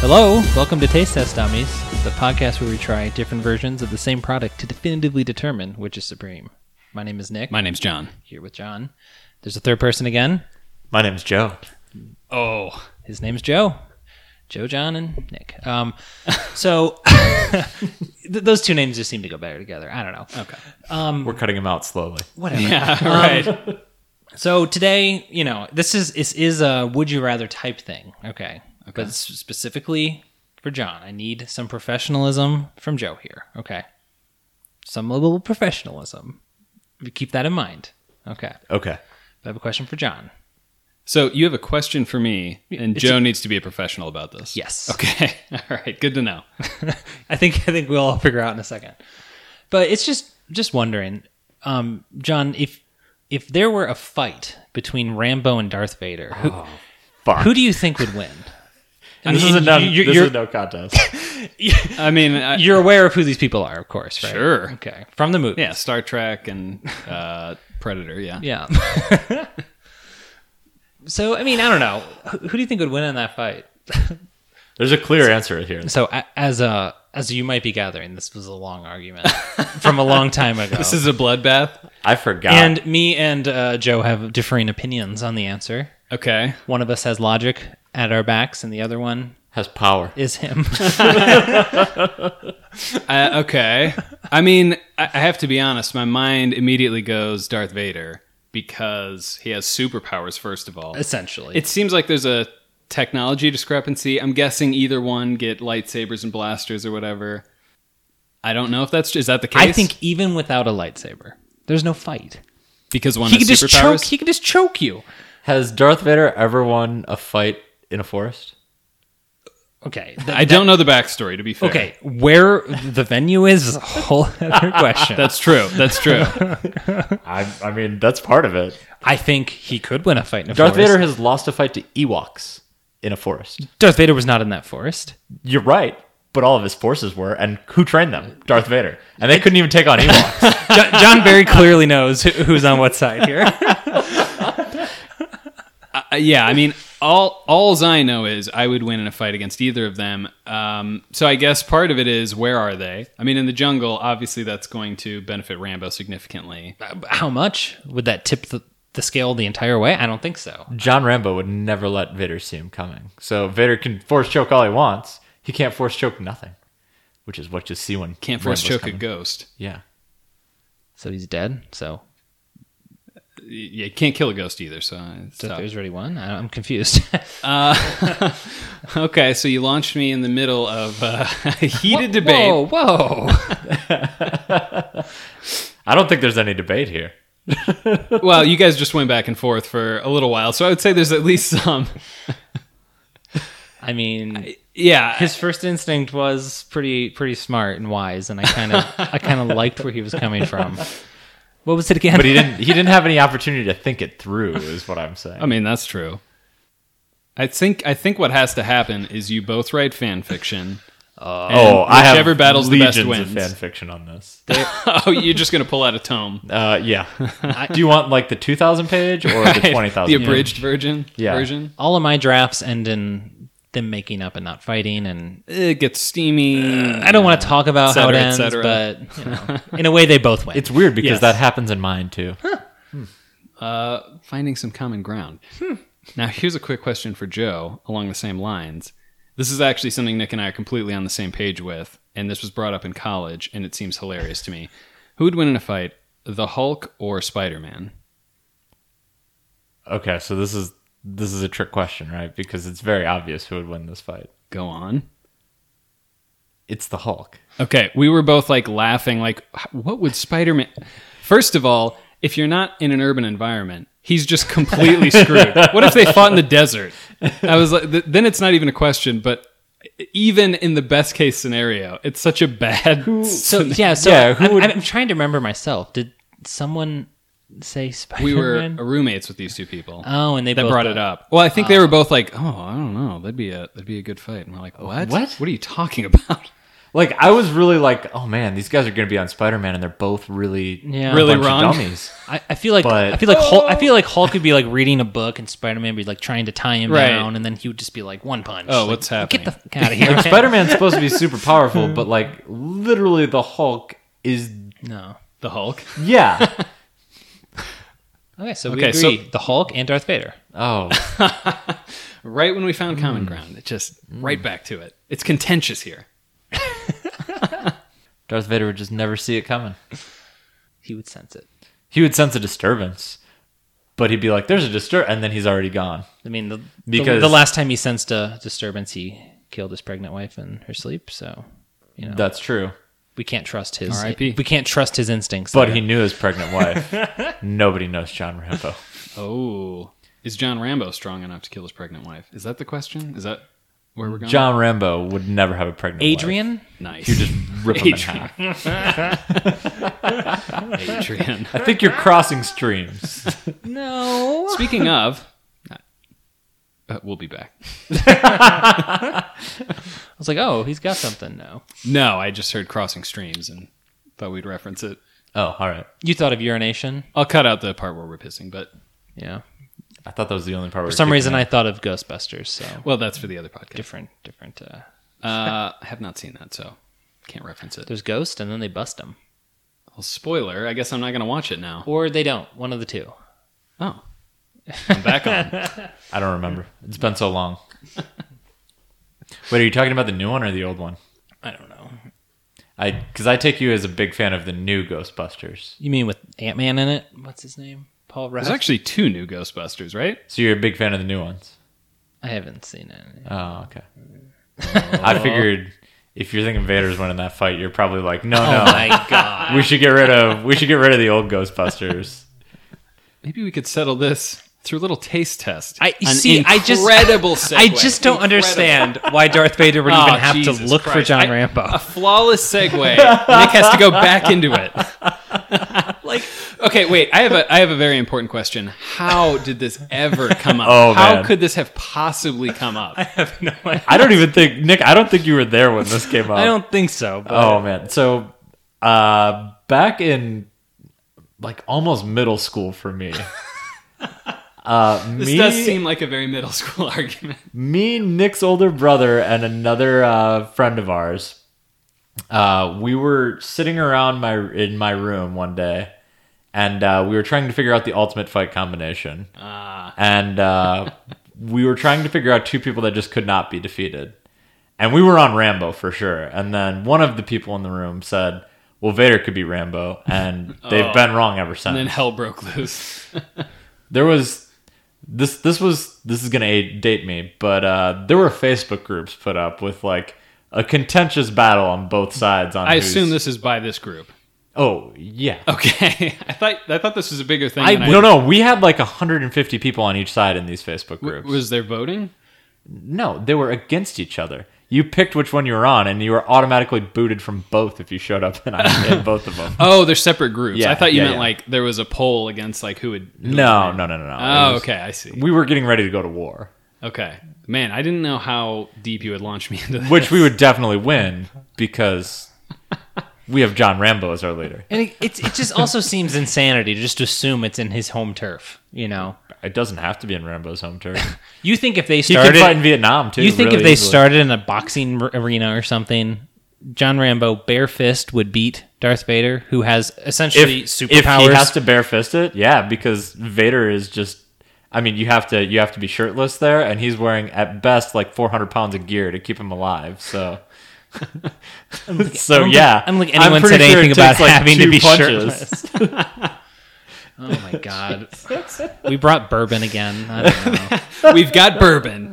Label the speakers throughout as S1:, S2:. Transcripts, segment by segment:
S1: Hello, welcome to Taste Test Dummies, the podcast where we try different versions of the same product to definitively determine which is supreme. My name is Nick.
S2: My name's John.
S1: here with John. There's a third person again.
S3: My name's Joe.
S2: Oh,
S1: His name's Joe. Joe, John, and Nick. Um, so th- those two names just seem to go better together. I don't know.
S2: okay.
S3: We're cutting him out slowly.
S1: Whatever. Um,
S2: Yeah, right.
S1: So today, you know, this is this is a would you rather type thing. Okay. But s- specifically for John, I need some professionalism from Joe here. Okay. Some level of professionalism. Keep that in mind. Okay.
S3: Okay.
S1: I have a question for John.
S2: so you have a question for me, and
S1: It's-
S2: Joe needs to be a professional about this.
S1: Yes.
S2: Okay. All right. Good to know.
S1: I think I think we'll all figure out in a second. But it's just just wondering, um, John, if if there were a fight between Rambo and Darth Vader, who,
S3: Fuck.
S1: who do you think would win? I
S3: this
S1: mean,
S3: is a no,
S1: you-
S3: this
S1: you're-
S3: is no contest.
S2: I mean, I,
S1: you're aware of who these people are, of course, right?
S2: Sure.
S1: Okay. From the movie.
S2: yeah, Star Trek and uh, Predator. Yeah.
S1: Yeah. so, I mean, I don't know. Who, who do you think would win in that fight?
S3: There's a clear answer here.
S1: So, a, as uh, as you might be gathering, this was a long argument from a long time ago.
S2: This is a bloodbath.
S3: I forgot.
S1: and me and uh, Joe have differing opinions on the answer.
S2: Okay.
S1: One of us has logic at our backs, and the other one
S3: has power.
S1: is him.
S2: Uh, okay. I mean, I, I have to be honest. My mind immediately goes Darth Vader because he has superpowers. First of all,
S1: Essentially,
S2: It seems like there's a technology discrepancy. I'm guessing either one get lightsabers and blasters or whatever. I don't know if that's is that the case.
S1: I think even without a lightsaber, there's no fight.
S2: because one
S1: He
S2: has
S1: could just
S2: superpowers.
S1: choke. He could just choke you.
S3: Has Darth Vader ever won a fight in a forest?
S1: Okay.
S2: I don't know the backstory to be fair.
S1: Okay, where the venue is is a whole other question.
S2: that's true. That's true.
S3: I, I mean, that's part of it.
S1: I think he could win a fight in a
S3: Darth
S1: forest.
S3: Vader has lost a fight to Ewoks in a forest.
S1: Darth Vader was not in that forest.
S3: You're right, but all of his forces were, and who trained them? Darth Vader. And they couldn't even take on Ewoks.
S1: John, John very clearly knows who- who's on what side here.
S2: Uh, yeah, I mean, all alls I know is I would win in a fight against either of them. Um, so I guess part of it is where are they? I mean, in the jungle, obviously that's going to benefit Rambo significantly.
S1: How much would that tip the, the scale the entire way? I don't think so.
S3: John Rambo would never let Vader see him coming. So Vader can force choke all he wants. He can't force choke nothing, which is what you see when
S2: Can't force
S3: Rambo's
S2: choke a
S3: coming.
S2: ghost.
S3: Yeah.
S1: So he's dead. So
S2: Yeah, can't kill a ghost either. So it's
S1: Darth
S2: tough.
S1: Vader's already won. I, I'm confused.
S2: Uh, okay, so you launched me in the middle of uh, a heated debate.
S1: Whoa, whoa.
S3: I don't think there's any debate here.
S2: Well, you guys just went back and forth for a little while, so I would say there's at least some.
S1: I mean,
S2: Yeah,
S1: his first instinct was pretty pretty smart and wise, and I kind of I kind of liked where he was coming from. What was it again?
S3: But he didn't he didn't have any opportunity to think it through is what I'm saying.
S2: I mean that's true. I think I think what has to happen is you both write fan fiction. and
S3: oh, I have
S2: whichever battles the best
S3: legions
S2: wins.
S3: of fan fiction on this.
S2: oh, you're just gonna pull out a tome.
S3: Uh, yeah. Do you want like the 2000 page or the 20,000?
S2: the abridged version.
S3: Yeah.
S2: Version.
S1: all of my drafts end in them making up and not fighting and
S2: It gets steamy.
S1: I don't want to talk about
S2: Et cetera,
S1: how it
S2: et
S1: ends,
S2: cetera.
S1: but you know, in a way they both win.
S3: It's weird because
S2: Yes.
S3: that happens in mine too.
S2: Uh, finding some common ground. Now, here's a quick question for Joe along the same lines. This is actually something Nick and I are completely on the same page with, and this was brought up in college, and it seems hilarious to me. Who would win in a fight, the Hulk or Spider Man?
S3: Okay, so this is this is a trick question, right? Because it's very obvious who would win this fight.
S2: Go on.
S3: It's the Hulk.
S2: Okay, we were both like laughing, like, what would Spider Man. First of all, if you're not in an urban environment, he's just completely screwed. What if they fought in the desert? I was like, th- then it's not even a question, but even in the best case scenario, it's such a bad.
S1: so yeah, so
S3: Yeah, who
S1: I'm,
S3: would-
S1: I'm trying to remember myself. Did someone say Spider-Man?
S2: we were roommates with these two people.
S1: Oh, and they
S2: that
S1: both
S2: brought it up. Well, I think "Oh, they were both like, "Oh, I don't know. That'd be a that'd be a good fight." And we're like, "What?
S3: What?
S2: What are you talking about?"
S3: Like I was really like, oh man, these guys are gonna be on Spider Man, and they're both really,
S1: Yeah.
S3: a
S2: Really
S3: bunch of
S2: wrong.
S3: dummies.
S1: I, I feel like
S3: But-
S1: I feel like Hulk, I feel like Hulk would be like reading a book and Spider Man be like trying to tie him
S2: Right.
S1: down, and then he would just be like one punch.
S2: Oh,
S1: Like,
S2: what's
S1: Get the
S2: happening?
S1: fuck out of here!
S3: Spider Man's supposed to be super powerful, but like literally, the Hulk is
S1: no.
S2: The Hulk.
S3: yeah.
S1: Okay, so we
S2: Okay, so-
S1: agree. the Hulk and Darth Vader.
S3: Oh,
S2: Right when we found common
S1: Hmm.
S2: ground, it just right back to it. It's contentious here.
S3: Darth Vader would just never see it coming.
S1: He would sense it.
S3: He would sense a disturbance, but he'd be like, "There's a disturb," and then he's already gone.
S1: I mean, the, the-
S3: Because-
S1: the last time he sensed a disturbance, he killed his pregnant wife in her sleep. So, you know,
S3: That's true.
S1: we can't trust his.
S2: R.I.P..
S1: We can't trust his instincts.
S3: But
S1: there.
S3: he knew his pregnant wife. Nobody knows John Rambo.
S2: Oh, is John Rambo strong enough to kill his pregnant wife? Is that the question? Is that where we're going?
S3: John Rambo would never have a pregnant wife.
S1: Adrian.
S2: nice.
S3: You just rip him in
S2: Adrian.
S3: half.
S2: Adrian.
S3: I think you're crossing streams.
S1: No.
S2: Speaking of, uh, we'll be back.
S1: I was like, oh, he's got something. No,
S2: No, I just heard crossing streams and thought we'd reference it.
S3: Oh, all right.
S1: you thought of urination.
S2: I'll cut out the part where we're pissing, but
S1: Yeah.
S3: I thought that was the only part.
S1: For some reason, I thought of Ghostbusters. So
S2: well, that's for the other podcast.
S1: different, different. Uh,
S2: Uh, I have not seen that, so can't reference it.
S1: there's ghost, and then they bust him,
S2: Well, spoiler. I guess I'm not going to watch it now.
S1: or they don't. One of the two.
S2: Oh, I'm back on.
S3: I don't remember. It's been so long. Wait, are you talking about the new one or the old one?
S1: I don't know.
S3: I because I take you as a big fan of the new Ghostbusters.
S1: You mean with Ant Man in it? What's his name? Paul Rudd.
S2: There's actually two new Ghostbusters, right?
S3: So you're a big fan of the new ones.
S1: I haven't seen it.
S3: Oh, okay. I figured if you're thinking Vader's winning that fight, you're probably like, no,
S1: Oh
S3: no,
S1: my god.
S3: we should get rid of we should get rid of the old Ghostbusters.
S2: Maybe we could settle this through a little taste test.
S1: I
S2: An
S1: see. I just
S2: incredible. Segue.
S1: I just don't understand why Darth Vader would
S2: Oh,
S1: even have to
S2: Jesus
S1: look for
S2: Christ.
S1: John
S2: I-
S1: Rambo.
S2: A flawless segue. Nick has to go back into it.
S1: like,
S2: Okay, wait. I have a I have a very important question. How did this ever come up?
S3: Oh,
S2: How
S3: man.
S2: could this have possibly come up?
S3: I don't even think Nick. I don't think you were there when this came up.
S1: I don't think so. But
S3: Oh man. So uh back in like almost middle school for me. Uh,
S2: This
S3: me,
S2: does seem like a very middle school argument.
S3: me, Nick's older brother, and another uh, friend of ours, uh, we were sitting around my in my room one day, and uh, we were trying to figure out the ultimate fight combination,
S2: Ah,
S3: and uh, we were trying to figure out two people that just could not be defeated, and we were on Rambo for sure. And then one of the people in the room said, "Well, Vader could be Rambo," and they've
S2: Oh.
S3: been wrong ever since
S2: and then hell broke loose.
S3: there was this this was this is gonna a- date me but uh there were facebook groups put up with like a contentious battle on both sides on
S2: I
S3: who's-
S2: assume this is by this group.
S3: oh yeah
S2: Okay, I thought I thought this was a bigger thing.
S3: I,
S2: than
S3: no no we had like 150 people on each side in these facebook
S2: W-
S3: groups
S2: Was there voting?
S3: no they were against each other you picked which one you were on and you were automatically booted from both if you showed up and i in both of them
S2: Oh, they're separate groups.
S3: Yeah,
S2: I thought you
S3: yeah,
S2: meant
S3: yeah.
S2: like there was a poll against like who would. who
S3: no
S2: would
S3: no no no no
S2: win.
S3: It
S2: Oh,
S3: was-
S2: okay, I see.
S3: we were getting ready to go to war
S2: Okay, man, I didn't know how deep you would launch me into this.
S3: which we would definitely win because we have john rambo as our leader
S1: and it, it's it just also seems insanity to just assume it's in his home turf. You know,
S3: It doesn't have to be in Rambo's home turf.
S1: you think if they
S3: He could
S1: started,
S3: fight in Vietnam too.
S1: you think
S3: really
S1: if they
S3: easily.
S1: started in a boxing r- arena or something, John Rambo bare fist would beat Darth Vader, who has
S3: if,
S1: essentially
S3: if he
S1: superpowers.
S3: has to bare fist it, yeah, because Vader is just. I mean, you have to you have to be shirtless there, and he's wearing at best like 400 pounds of gear to keep him alive. So, so
S1: think-
S3: yeah,
S1: I don't think anyone said
S3: pretty it
S1: anything
S3: takes,
S1: about having to
S3: two
S1: be shirtless. oh my god, we brought bourbon again. I don't know.
S2: We've got bourbon.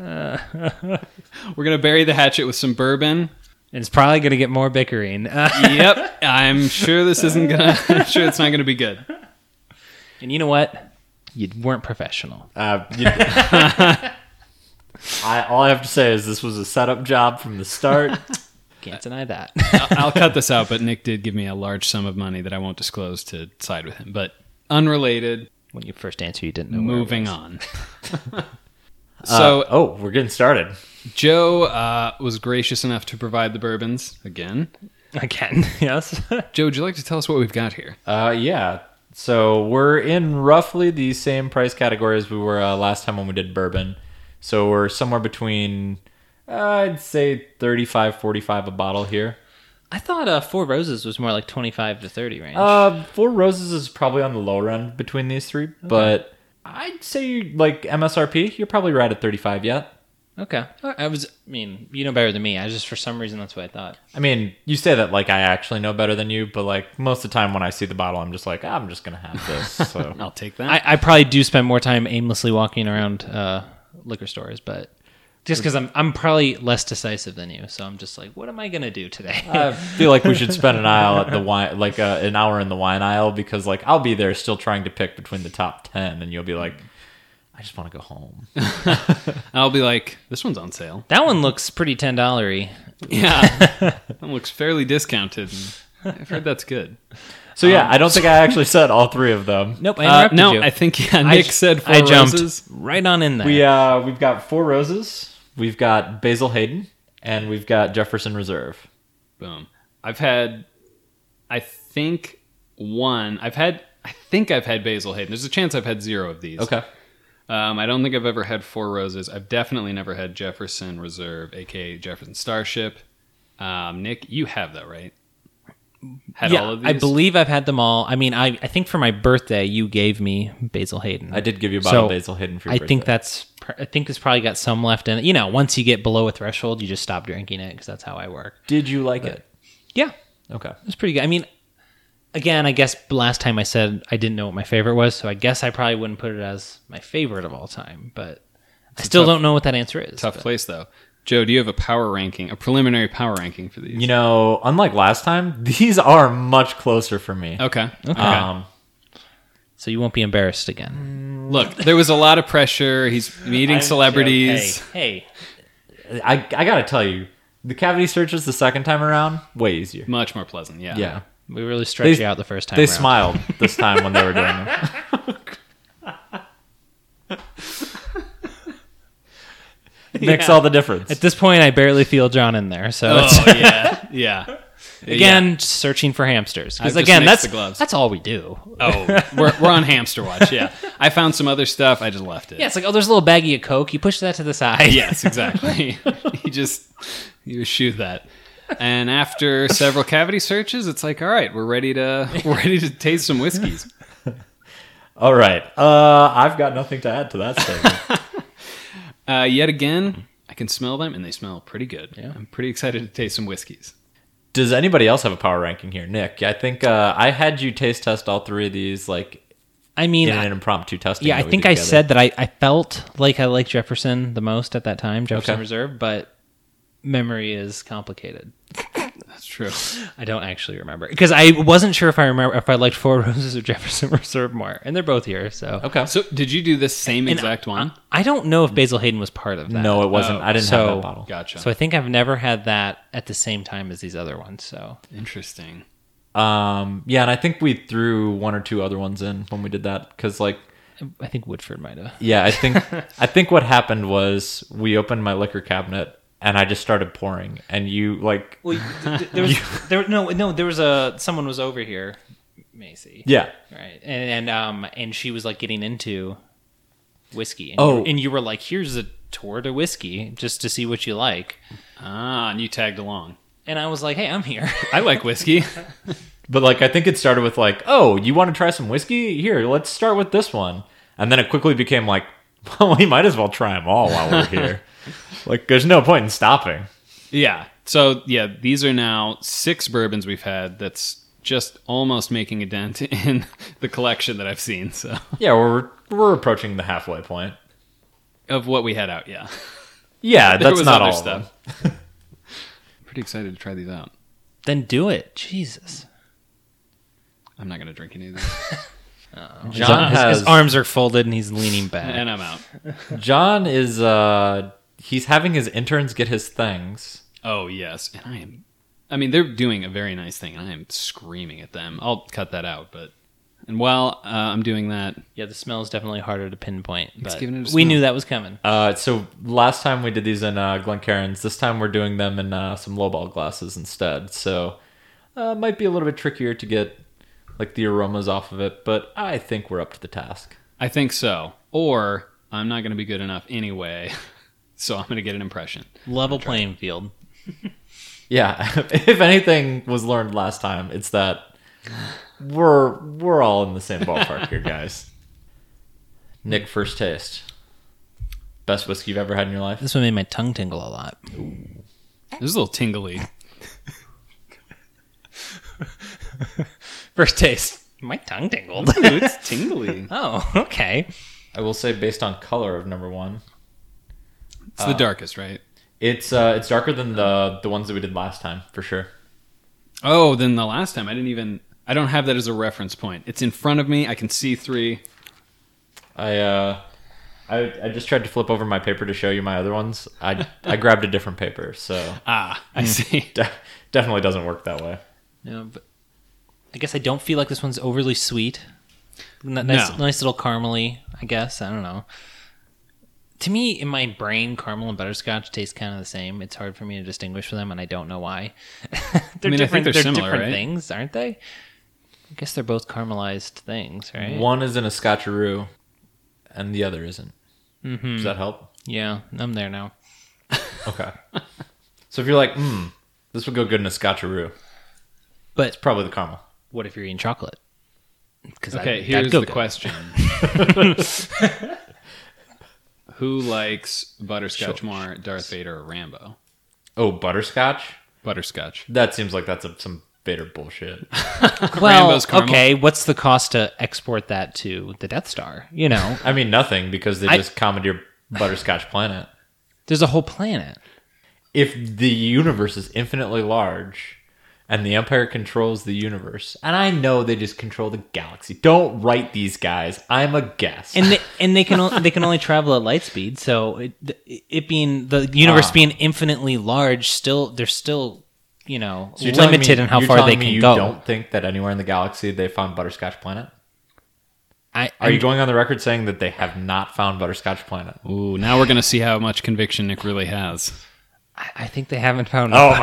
S2: We're gonna bury the hatchet with some bourbon.
S1: It's probably going to get more bickering. Uh,
S2: Yep, I'm sure this isn't gonna. I'm sure it's not gonna be good.
S1: and you know what? You weren't professional.
S3: Uh, you- I, all I have to say is this was a setup job from the start.
S1: Can't deny that. uh,
S2: I'll cut this out, but Nick did give me a large sum of money that I won't disclose to side with him. But unrelated,
S1: when you first answer, you didn't know. where it
S2: moving
S1: was.
S2: on. so
S3: oh, Uh, we're getting started.
S2: Joe uh, was gracious enough to provide the bourbons again.
S1: Again, yes.
S2: Joe, would you like to tell us what we've got here?
S3: Uh, yeah. So we're in roughly the same price category as we were uh, last time when we did bourbon. So we're somewhere between, uh, I'd say 35, 45 a bottle here.
S1: I thought uh, Four Roses was more like 25 to 30 range.
S3: Uh, Four Roses is probably on the lower end between these three, but I'd say like MSRP, you're probably right at 35 yet.
S1: okay. I was, I mean, you know better than me. I just, for some reason, that's what I thought.
S3: I mean, you say that like I actually know better than you, but like most of the time when I see the bottle, I'm just like, "Ah, I'm just gonna have this. So
S2: I'll take that.
S1: I, I probably do spend more time aimlessly walking around uh, liquor stores, but just because I'm, I'm probably less decisive than you. So I'm just like, what am I going to do today?
S3: I feel like we should spend an aisle at the wine, like uh, an hour in the wine aisle, because like I'll be there still trying to pick between the top ten, and you'll be like, I just want to go home.
S2: I'll be like, this one's on sale.
S1: that one looks pretty $10.
S2: Yeah, that one looks fairly discounted. and I've heard that's good.
S3: So yeah, I don't think I actually said all three of them.
S1: Um, Nope, I
S2: Uh,
S1: interrupted
S2: no,
S1: you.
S2: I think yeah,
S1: I
S2: Nick
S1: j-
S2: said four
S1: I jumped
S2: roses.
S1: right on in there.
S3: We uh, we've got four roses, we've got Basil Hayden, and we've got Jefferson Reserve.
S2: Boom. I've had, I think one. I've had, I think I've had Basil Hayden. There's a chance I've had zero of these.
S3: Okay,
S2: Um, I don't think I've ever had Four Roses. I've definitely never had Jefferson Reserve, aka Jefferson Starship. Um, Nick, you have that, right? Had
S1: yeah,
S2: all of these.
S1: I believe I've had them all. I mean, I, I think for my birthday, you gave me Basil Hayden.
S3: I did give you a bottle
S1: So,
S3: of Basil Hayden for your
S1: I
S3: birthday.
S1: think that's. pr- I think it's probably got some left in it. You know, once you get below a threshold, you just stop drinking it because that's how I work.
S3: Did you like it?
S1: Yeah,
S3: Okay.
S1: it's pretty good. I mean, again, I guess last time I said I didn't know what my favorite was, so I guess I probably wouldn't put it as my favorite of all time. But I still don't know what that answer is.
S2: Tough
S1: but-
S2: place though. Joe, do you have a power ranking, a preliminary power ranking for these?
S3: You know, unlike last time, these are much closer for me.
S2: okay. Okay.
S3: Um,
S1: so you won't be embarrassed again.
S2: Look, there was a lot of pressure. He's meeting celebrities.
S1: Hey, hey,
S3: I I gotta tell you, the cavity searches the second time around way easier.
S2: Much more pleasant. Yeah.
S3: Yeah,
S1: we really stretched
S3: They-
S1: you out the first time.
S3: they
S1: around.
S3: smiled this time when they were doing them. Makes all the difference.
S1: At this point, I barely feel John in there. So it's,
S2: Oh yeah. Yeah.
S1: again, searching for hamsters.
S2: I've
S1: Because
S2: just
S1: again,
S2: mixed
S1: that's
S2: the gloves.
S1: that's all we do.
S2: Oh, we're, we're on hamster watch. Yeah. I found some other stuff. I just left it.
S1: Yeah, it's like, oh, there's a little baggie of Coke. You push that to the side.
S2: Yes, exactly. you just you shoot that. And after several cavity searches, it's like, all right, we're ready to we're ready to taste some whiskeys.
S3: all right, uh, I've got nothing to add to that statement.
S2: Uh, yet again, I can smell them, and they smell pretty good. I'm pretty excited to taste some whiskeys.
S3: Does anybody else have a power ranking here, Nick? I think uh, I had you taste test all three of these like
S1: I mean,
S3: in
S1: I-
S3: an impromptu testing.
S1: yeah, I
S3: that we
S1: think
S3: did
S1: I
S3: together.
S1: said that I, I felt like I liked Jefferson the most at that time, Jefferson
S3: Okay.
S1: Reserve, but memory is complicated.
S2: That's true.
S1: I don't actually remember because I wasn't sure if I remember if I liked Four Roses or Jefferson Reserve more, and they're both here. So
S3: Okay.
S2: So, did you do this same
S1: And
S2: exact one?
S1: I don't know if Basil Hayden was part of that.
S3: no, it wasn't.
S2: Oh,
S3: I didn't have
S1: so-
S3: that bottle.
S2: Gotcha.
S1: So I think I've never had that at the same time as these other ones. So
S2: Interesting.
S3: Um, yeah, and I think we threw one or two other ones in when we did that because, like,
S1: I think Woodford might have.
S3: yeah, I think I think what happened was we opened my liquor cabinet and I just started pouring, and you like,
S1: Well, th- th- there was there no no there was a someone was over here, Macy.
S3: yeah,
S1: Right, and, and um and she was like getting into whiskey. And
S3: Oh.
S1: you, and you were like, here's a tour to whiskey just to see what you like.
S2: Ah, and you tagged along.
S1: And I was like, hey, I'm here.
S2: I like whiskey.
S3: but like I think it started with like, oh, you want to try some whiskey? Here, let's start with this one, and then it quickly became like, well, we might as well try them all while we're here. like, there's no point in stopping.
S2: yeah. So, yeah, these are now six bourbons we've had. That's just almost making a dent in the collection that I've seen. So,
S3: Yeah, we're we're approaching the halfway point.
S2: of what we had out, yeah.
S3: Yeah,
S2: There
S3: that's
S2: was
S3: not
S2: other
S3: all
S2: stuff.
S3: stuff.
S2: Pretty excited to try these out.
S1: then do it, Jesus.
S2: I'm not going to drink any of these.
S3: John
S1: his,
S3: has
S1: his arms are folded and he's leaning back.
S2: and I'm out.
S3: John is uh he's having his interns get his things.
S2: Oh, yes. And I am. I mean, they're doing a very nice thing, and I am screaming at them. I'll cut that out, but And while uh, I'm doing that,
S1: Yeah, the smell is definitely harder to pinpoint. But
S2: giving it a
S1: we
S2: smell.
S1: knew that was coming.
S3: Uh, so last time we did these in uh, Glencairn's. This time we're doing them in uh, some lowball glasses instead. So uh, might be a little bit trickier to get like the aromas off of it, but I think we're up to the task.
S2: I think so. Or I'm not going to be good enough anyway, so I'm going to get an impression.
S1: Level playing field.
S3: Yeah, if anything was learned last time, it's that we're we're all in the same ballpark here, guys. Nick, first taste. Best whiskey you've ever had in your life?
S1: This one made my tongue tingle a lot.
S2: This is a little tingly.
S1: First taste. My tongue tingled.
S2: it's tingly.
S1: oh, okay.
S3: I will say, based on color of number one,
S2: It's the darkest, right?
S3: it's uh, it's darker than the the ones that we did last time for sure.
S2: Oh, then the last time I didn't even. I don't have that as a reference point. It's in front of me. I can see three.
S3: I uh, I, I just tried to flip over my paper to show you my other ones. I I grabbed a different paper, so
S2: Ah, I see.
S3: de- definitely doesn't work that way.
S1: No, but I guess I don't feel like this one's overly sweet. N- nice,
S2: No.
S1: nice little caramely. I guess I don't know. To me, in my brain, caramel and butterscotch taste kind of the same. It's hard for me to distinguish them, and I don't know why. they're
S2: mean, I
S1: different.
S2: think they're
S1: they're
S2: similar,
S1: different
S2: right?
S1: things, aren't they? I guess they're both caramelized things, right?
S3: One is in a Scotcheroo, and the other isn't.
S1: Mm-hmm.
S3: Does that help?
S1: Yeah, I'm there now.
S3: Okay. so if you're like, hmm, this would go good in a Scotcheroo,
S1: But
S3: probably the caramel.
S1: what if you're eating chocolate? 'Cause
S2: Okay,
S1: that'd
S2: here's
S1: go
S2: the
S1: good.
S2: question. Who likes butterscotch more, Darth Vader or Rambo?
S3: Oh, butterscotch.
S2: Butterscotch.
S3: That seems like that's a, some Vader bullshit.
S1: Well,
S2: Rambo's caramel.
S1: okay. What's the cost to export that to the Death Star? You know,
S3: I mean, nothing because they
S1: I-
S3: just commandeer butterscotch planet.
S1: there's a whole planet.
S3: if the universe is infinitely large and the empire controls the universe and i know they just control the galaxy don't write these guys i'm a guest
S1: and they, and they can o- they can only travel at light speed. So it, it being the universe
S3: Ah.
S1: being infinitely large, still they're still you know
S3: So you're telling
S1: limited
S3: me-
S1: in how
S3: you're
S1: far
S3: telling
S1: they
S3: me
S1: can
S3: you
S1: go.
S3: don't think that anywhere in the galaxy they found butterscotch planet
S1: I,
S3: are you
S1: I'm-
S3: going on the record saying that they have not found butterscotch planet
S2: Ooh, now we're gonna see how much conviction Nick really has.
S1: I, I think they haven't found.
S3: oh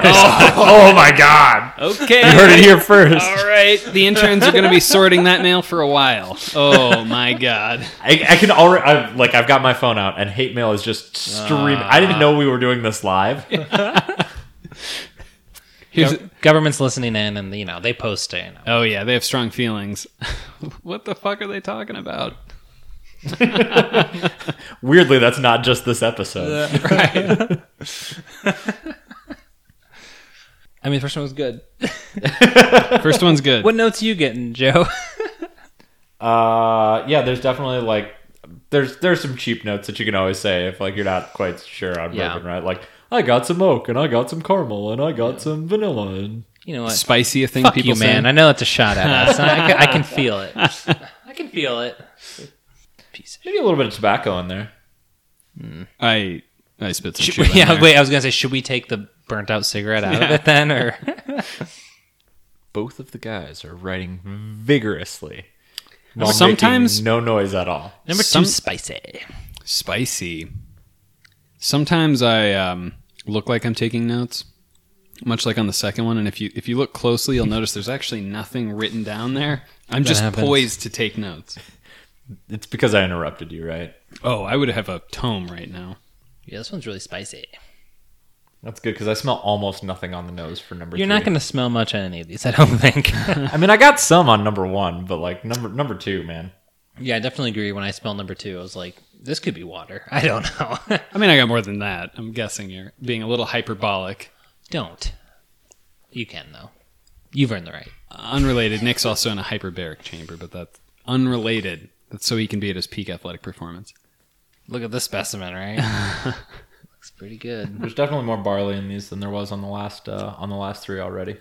S3: my god
S2: Okay.
S3: you heard it here first
S2: All right, the interns are going to be sorting that mail for a while. Oh my god.
S3: I, I can already I've, like i've got my phone out and hate mail is just streaming i didn't
S1: Ah.
S3: know we were doing this live
S2: Here's
S1: Government's listening in, and you know they post it. You know.
S2: Oh yeah, they have strong feelings. what the fuck are they talking about?
S3: weirdly that's not just this episode
S2: Right.
S1: I mean, the first one was good.
S2: First one's good.
S1: What notes you getting, Joe?
S3: Uh, yeah, there's definitely like there's there's some cheap notes that you can always say if like you're not quite sure on
S1: Yeah.
S3: bourbon, right? Like I got some oak and I got some caramel and I got some vanilla and
S1: you know what?
S2: Spicy a thing
S1: Fuck you,
S2: people
S1: man. I know that's a shot at us. I, can, I can feel it. I can feel it. Piece of
S3: maybe a little bit of tobacco in there.
S2: I I, I spit some
S1: Should-
S2: shit. on
S1: yeah,
S2: there.
S1: wait. I was gonna say, should we take the burnt out cigarette out of it then, or
S3: Both of the guys are writing vigorously. while making
S2: Sometimes-
S3: no noise at all.
S1: number
S2: Some-
S1: two, spicy?
S2: Spicy. Sometimes I um, look like I'm taking notes, much like on the second one. And if you if you look closely, you'll notice there's actually nothing written down there. I'm just
S1: happens.
S2: poised to take notes.
S3: It's because I interrupted you, right?
S2: Oh, I would have a tome right now.
S1: Yeah, this one's really spicy.
S3: That's good because I smell almost nothing on the nose for number.
S1: You're not
S3: three.
S1: gonna smell much on any of these, I don't think.
S3: I mean, I got some on number one, but like number number two, man.
S1: yeah, I definitely agree. When I smell number two, I was like, this could be water. I don't know.
S2: I mean, I got more than that. I'm guessing you're being a little hyperbolic.
S1: don't. You can though. You've earned the right.
S2: Unrelated. Nick's also in a hyperbaric chamber, but that's unrelated. That's so he can be at his peak athletic performance.
S1: Look at this specimen, right? Looks pretty good.
S3: There's definitely more barley in these than there was on the last uh, on the last three already.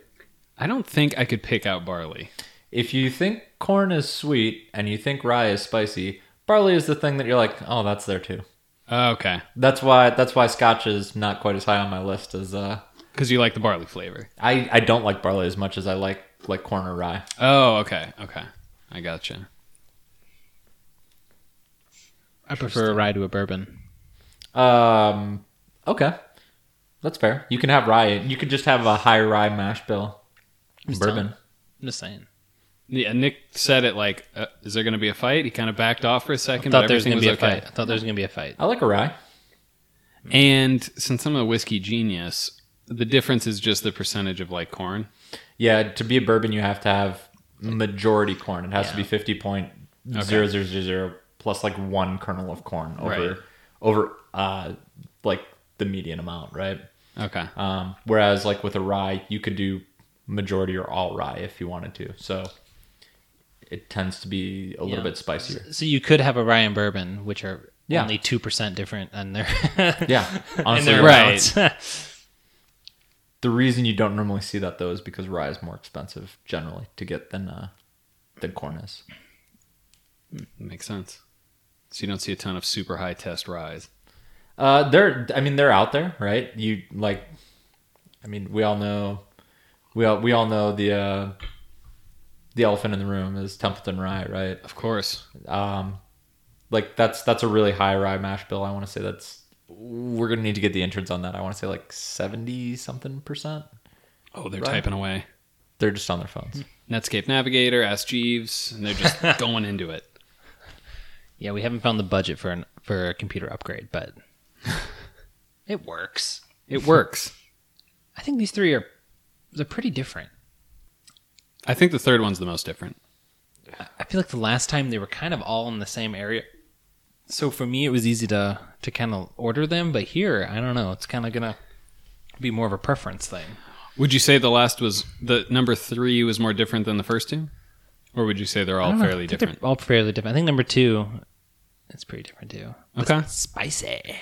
S2: I don't think I could pick out barley.
S3: if you think corn is sweet and you think rye is spicy, barley is the thing that you're like, oh, that's there too.
S2: Oh, Okay,
S3: That's why that's why Scotch is not quite as high on my list as uh,
S2: because you like the barley flavor.
S3: I I don't like barley as much as I like like corn or rye.
S2: Oh, okay, okay. I gotcha.
S4: I prefer a rye to a bourbon.
S3: Um, okay, that's fair. You can have rye. You could just have a high rye mash bill, bourbon.
S1: I'm just saying.
S2: Yeah, Nick said it like, uh, is there going to be a fight? He kind of backed off for a second.
S1: thought
S2: but
S1: there was gonna
S2: everything
S1: be a
S2: was okay.
S1: fight. I thought there was gonna be a fight.
S3: I like a rye.
S2: And since I'm a whiskey genius, the difference is just the percentage of like corn.
S3: Yeah, to be a bourbon, you have to have majority corn. It has to be fifty point zero zero zero zero plus like one kernel of corn over
S2: Right.
S3: over uh like the median amount, right?
S2: Okay.
S3: Um, whereas like with a rye, you could do majority or all rye if you wanted to. So it tends to be a little bit spicier.
S1: So you could have a rye and bourbon, which are
S3: Yeah.
S1: only two percent different on their
S3: Yeah,
S1: on
S3: honestly,
S1: their
S3: right.
S1: amounts.
S3: The reason you don't normally see that though is because rye is more expensive generally to get than uh, than corn is.
S2: Makes sense. So you don't see a ton of super high test rise.
S3: Uh, they're I mean they're out there, right? You like, I mean we all know, we all we all know the uh, the elephant in the room is Templeton Rye, right?
S2: Of course.
S3: Um, like that's that's a really high rye mash bill. I want to say that's we're gonna need to get the entrance on that. I want to say like seventy something percent.
S2: Oh, they're
S3: Right.
S2: typing away.
S3: They're just on their phones.
S2: Netscape Navigator, Ask Jeeves, and they're just going into it.
S1: yeah, we haven't found the budget for an for a computer upgrade, but it works.
S2: It works.
S1: I think these three are they're pretty different.
S2: I think the third one's the most different.
S1: I feel like the last time they were kind of all in the same area. So for me, it was easy to to kind of order them, but here I don't know. It's kind of gonna be more of a preference thing.
S2: Would you say the last was the number three was more different than the first two? Or would you say they're
S1: I
S2: all
S1: don't know.
S2: fairly
S1: I think they're
S2: different?
S1: All fairly different. I think number two, it's pretty different too. It's
S2: Okay.
S1: spicy.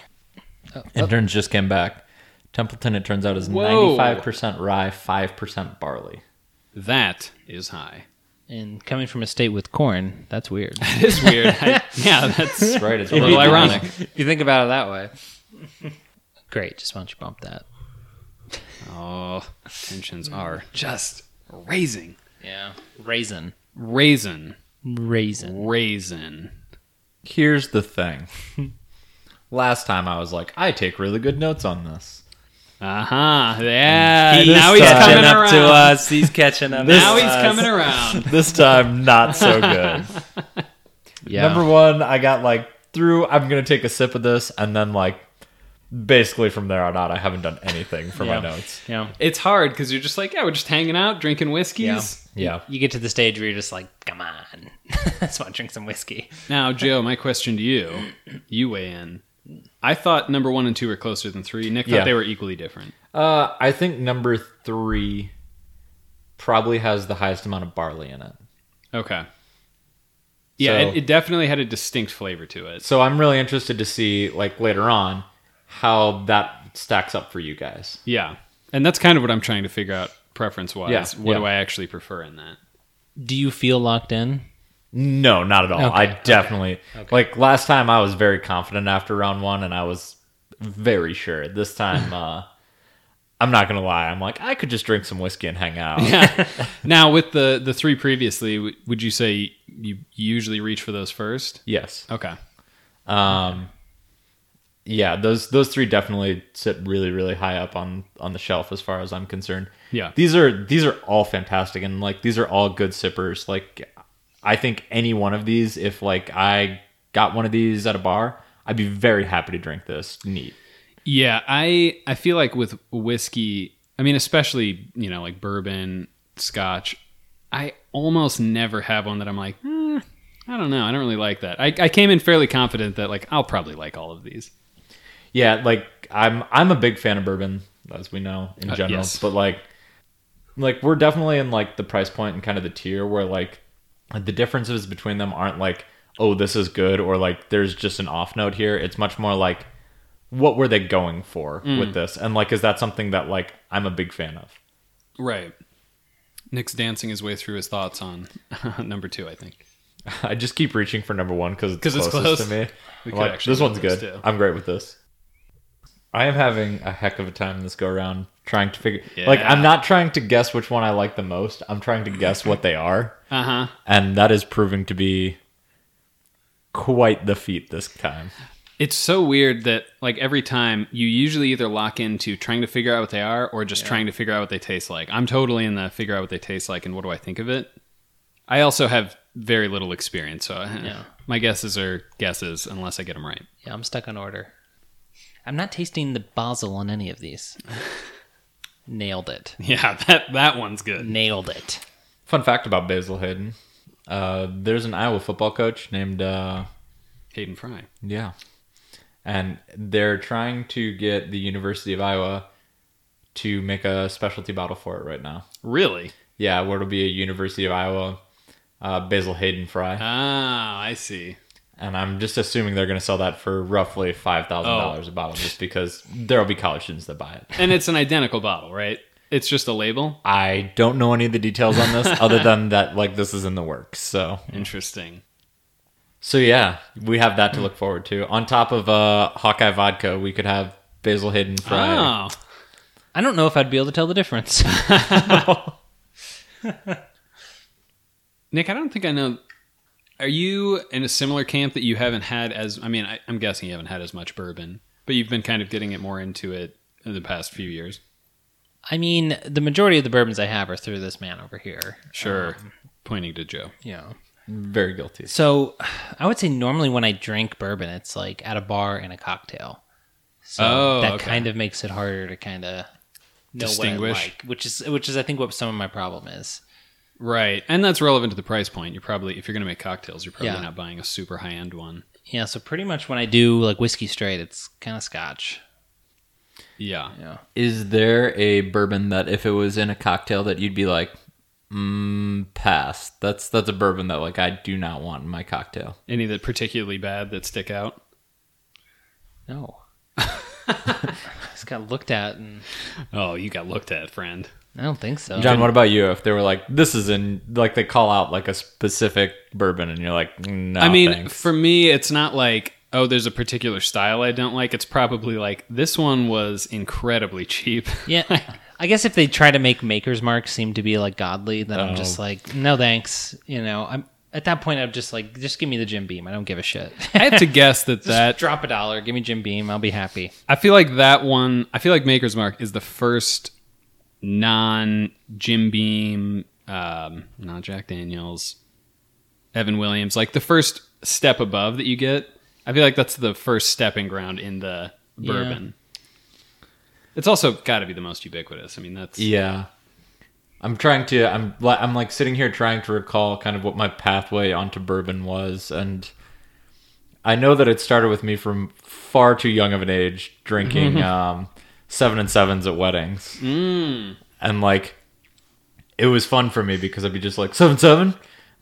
S3: Interns just came back. Templeton, it turns out, is
S2: Whoa.
S3: ninety five percent rye, five percent barley.
S2: That is high.
S1: And coming from a state with corn, that's weird.
S2: It is weird. I- yeah, that's
S3: That's right. It's
S2: a
S3: a little
S2: little ironic.
S3: ironic.
S1: if you think about it that way. Great. Just why don't you bump that?
S2: Oh, tensions are just raising.
S1: Yeah. Raisin.
S2: Raisin.
S1: Raisin.
S2: Raisin.
S3: Here's the thing. Last time I was like, I take really good notes on this.
S2: Uh huh. Yeah.
S3: This
S2: now he's
S3: time-
S2: coming
S3: Catching
S2: around.
S1: us. He's catching up.
S2: Now he's coming around.
S3: This time, not so good.
S1: Yeah.
S3: Number one, I got like through. I'm gonna take a sip of this, and then like basically from there on out, I haven't done anything for
S1: Yeah.
S3: my notes.
S1: Yeah.
S2: It's hard because you're just like, yeah, we're just hanging out, drinking whiskeys.
S3: Yeah,
S1: You get to the stage where you're just like, come on. Let's want to drink some whiskey.
S2: Now, Joe, my question to you, you weigh in. I thought number one and two were closer than three. Nick thought
S3: Yeah.
S2: they were equally different.
S3: uh, I think number three probably has the highest amount of barley in it.
S2: Okay. Yeah,
S3: So-
S2: it, it definitely had a distinct flavor to it.
S3: So I'm really interested to see like later on how that stacks up for you guys.
S2: Yeah. And that's kind of what I'm trying to figure out preference wise.
S3: Yeah,
S2: what
S3: yeah.
S2: do I actually prefer in that?
S1: Do you feel locked in?
S3: No, not at all. I
S1: Okay, okay,
S3: definitely like last time I was very confident after round one and I was very sure. This time uh I'm not gonna lie, I'm like, I could just drink some whiskey and hang out.
S2: Now, with the the three previously, w- would you say you usually reach for those first?
S3: Yes.
S2: Okay.
S3: Um yeah, those those three definitely sit really, really high up on on the shelf as far as I'm concerned.
S2: Yeah.
S3: These are these are all fantastic and like these are all good sippers. Like I think any one of these, if like I got one of these at a bar, I'd be very happy to drink this neat.
S2: Yeah, I I feel like with whiskey, I mean especially, you know, like bourbon, scotch, I almost never have one that I'm like, "Hmm, I don't know, I don't really like that. I, I came in fairly confident that like I'll probably like all of these.
S3: Yeah, like I'm I'm a big fan of bourbon, as we know in
S2: Uh,
S3: general.
S2: yes.
S3: But like like we're definitely in like the price point and kind of the tier where like the differences between them aren't like, oh, this is good or like there's just an off note here. It's much more like what were they going for
S2: Mm.
S3: with this? And like is that something that like I'm a big fan of?
S2: Right. Nick's dancing his way through his thoughts on number two, I think.
S3: I just keep reaching for number one because it's,
S2: 'Cause it's
S3: closest to
S2: close.
S3: me.
S2: We could
S3: I'm like,
S2: actually
S3: this
S2: do
S3: one's
S2: those
S3: good.
S2: too.
S3: I'm great with this. I am having a heck of a time this go round trying to figure.
S2: Yeah.
S3: Like, I'm not trying to guess which one I like the most. I'm trying to guess what they are.
S2: Uh huh.
S3: and that is proving to be quite the feat this time.
S2: It's so weird that like every time you usually either lock into trying to figure out what they are or just trying to figure out what they taste like. I'm totally in the figure out what they taste like and what do I think of it. I also have very little experience, so yeah. my guesses are guesses unless I get them right.
S1: Yeah, I'm stuck on order. I'm not tasting the basil on any of these. Nailed it.
S2: Yeah, that that one's good.
S1: Nailed it.
S3: Fun fact about Basil Hayden: uh, there's an Iowa football coach named uh,
S2: Hayden Fry.
S3: yeah, and they're trying to get the University of Iowa to make a specialty bottle for it right now.
S2: Really?
S3: Yeah, where it'll be a University of Iowa uh, Basil Hayden fry,
S2: Ah, I see.
S3: and I'm just assuming they're going to sell that for roughly five thousand dollars a bottle, just because there'll be college students that buy it.
S2: And it's an identical bottle, right? It's just a label.
S3: I don't know any of the details on this, other than that like this is in the works. So
S2: Interesting.
S3: So yeah, we have that to look forward to. On top of uh, Hawkeye vodka, we could have Basil Hayden fry.
S2: Oh,
S1: I don't know if I'd be able to tell the difference.
S2: Nick, I don't think I know. Are you in a similar camp that you haven't had as? I mean, I, I'm guessing you haven't had as much bourbon, but you've been kind of getting it more into it in the past few years.
S1: I mean, the majority of the bourbons I have are through this man over here.
S2: Sure. Pointing to Joe.
S1: Yeah.
S3: Very guilty.
S1: So I would say normally when I drink bourbon, it's like at a bar and a cocktail. So
S2: Oh,
S1: that
S2: okay.
S1: kind of makes it harder to kind of know
S2: Distinguish.
S1: what I like, which is which is I think what some of my problem is.
S2: Right, and that's relevant to the price point. You're probably if you're going to make cocktails, you're probably
S1: Yeah.
S2: not buying a super high end one.
S1: Yeah, so pretty much when I do like whiskey straight, it's kind of scotch.
S2: Yeah.
S1: Yeah.
S3: Is there a bourbon that if it was in a cocktail that you'd be like, mm, pass? That's that's a bourbon that like I do not want in my cocktail.
S2: Any that particularly bad that stick out?
S1: No. just got looked at, and
S2: Oh, you got looked at, friend.
S1: I don't think so.
S3: John, what about you? If they were like, this is in like they call out like a specific bourbon, and you're like, no,
S2: I mean,
S3: thanks."
S2: for me, it's not like oh, there's a particular style I don't like. It's probably like this one was incredibly cheap.
S1: yeah. I guess if they try to make Maker's Mark seem to be like godly, then I'm just
S3: Oh.
S1: like, no thanks. You know, I'm at that point. I'm just like, just give me the Jim Beam. I don't give a shit.
S2: I have to guess that that
S1: drop a dollar, give me Jim Beam, I'll be happy.
S2: I feel like that one. I feel like Maker's Mark is the first non Jim Beam, um, not Jack Daniels, Evan Williams. Like the first step above that you get. I feel like that's the first stepping ground in the bourbon. It's also got to be the most ubiquitous. I mean, that's
S3: Yeah. I'm trying to I'm li- I'm like sitting here trying to recall kind of what my pathway onto bourbon was and I know that it started with me from far too young of an age
S2: Mm-hmm.
S3: drinking um 7 and 7s at weddings. Mm. And like it was fun for me because I'd be just like 7 7 and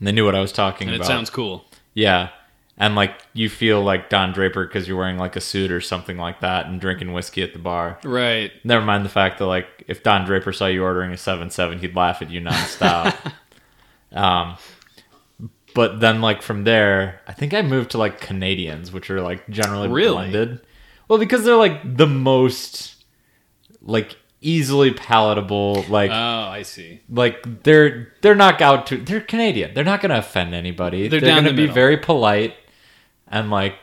S3: they knew what I was talking
S2: and it
S3: about.
S2: sounds cool.
S3: Yeah. And like you feel like Don Draper because you're wearing like a suit or something like that and drinking whiskey at the bar.
S2: Right.
S3: Never mind the fact that like if Don Draper saw you ordering a seven seven, he'd laugh at you nonstop. um, but then like from there, I think I moved to like Canadians, which are like generally
S2: Really?
S3: blended. Well, because they're like the most like easily palatable. Like
S2: Oh, I see.
S3: like they're they're not out to they're Canadian. They're not gonna offend anybody.
S2: They're
S3: They're,
S2: down
S3: gonna
S2: the
S3: be
S2: middle.
S3: very polite and like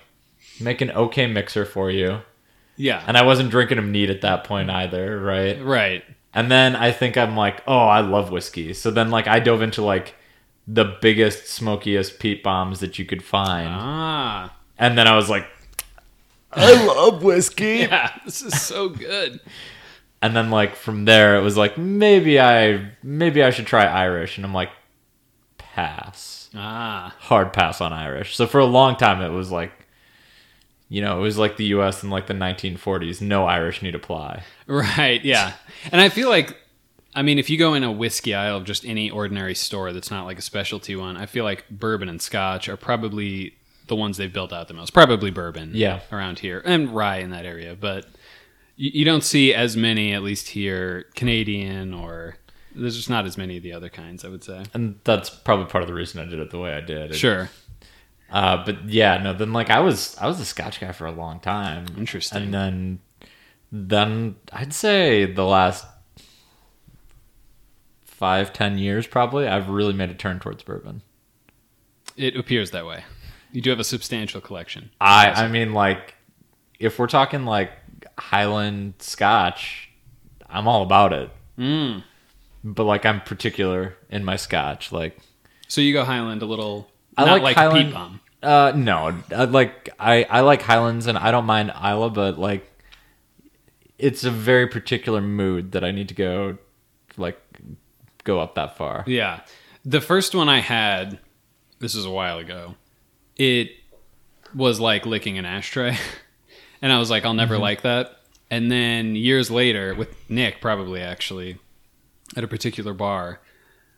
S3: make an okay mixer for you.
S2: Yeah.
S3: And I wasn't drinking them neat at that point either, right?
S2: right.
S3: And then I think I'm like, oh, I love whiskey. So then like I dove into like the biggest, smokiest peat bombs that you could find.
S2: Ah.
S3: And then I was like, I love whiskey.
S2: Yeah. This is so good.
S3: And then like from there it was like maybe I maybe I should try Irish. And I'm like, pass.
S2: ah.
S3: Hard pass on Irish. So for a long time it was like you know, it was like the US in like the 1940s. No Irish need apply.
S2: Right, yeah. And I feel like I mean, if you go in a whiskey aisle of just any ordinary store that's not like a specialty one, I feel like bourbon and scotch are probably the ones they've built out the most. Probably bourbon
S3: Yeah.
S2: around here and rye in that area, but you, you don't see as many at least here Canadian or there's just not as many of the other kinds, I would say.
S3: And that's probably part of the reason I did it the way I did. It-
S2: Sure.
S3: Uh, but yeah, no. Then like I was, I was a Scotch guy for a long time.
S2: Interesting.
S3: And then, then I'd say the last five, ten years probably, I've really made a turn towards bourbon.
S2: It appears that way. You do have a substantial collection.
S3: I I mean like if we're talking like Highland Scotch, I'm all about it. Hmm.
S2: Mm.
S3: But like I'm particular in my Scotch. Like
S2: So you go Highland a little.
S3: I
S2: not
S3: like
S2: like,
S3: Highland-
S2: peat bomb.
S3: uh no, I, like I I like Highlands and I don't mind Isla, but like it's a very particular mood that I need to go like go up that far.
S2: Yeah. The first one I had, this is a while ago, it was like licking an ashtray. and I was like, I'll never
S3: Mm-hmm.
S2: like that. And then years later, with Nick, probably actually, at a particular bar,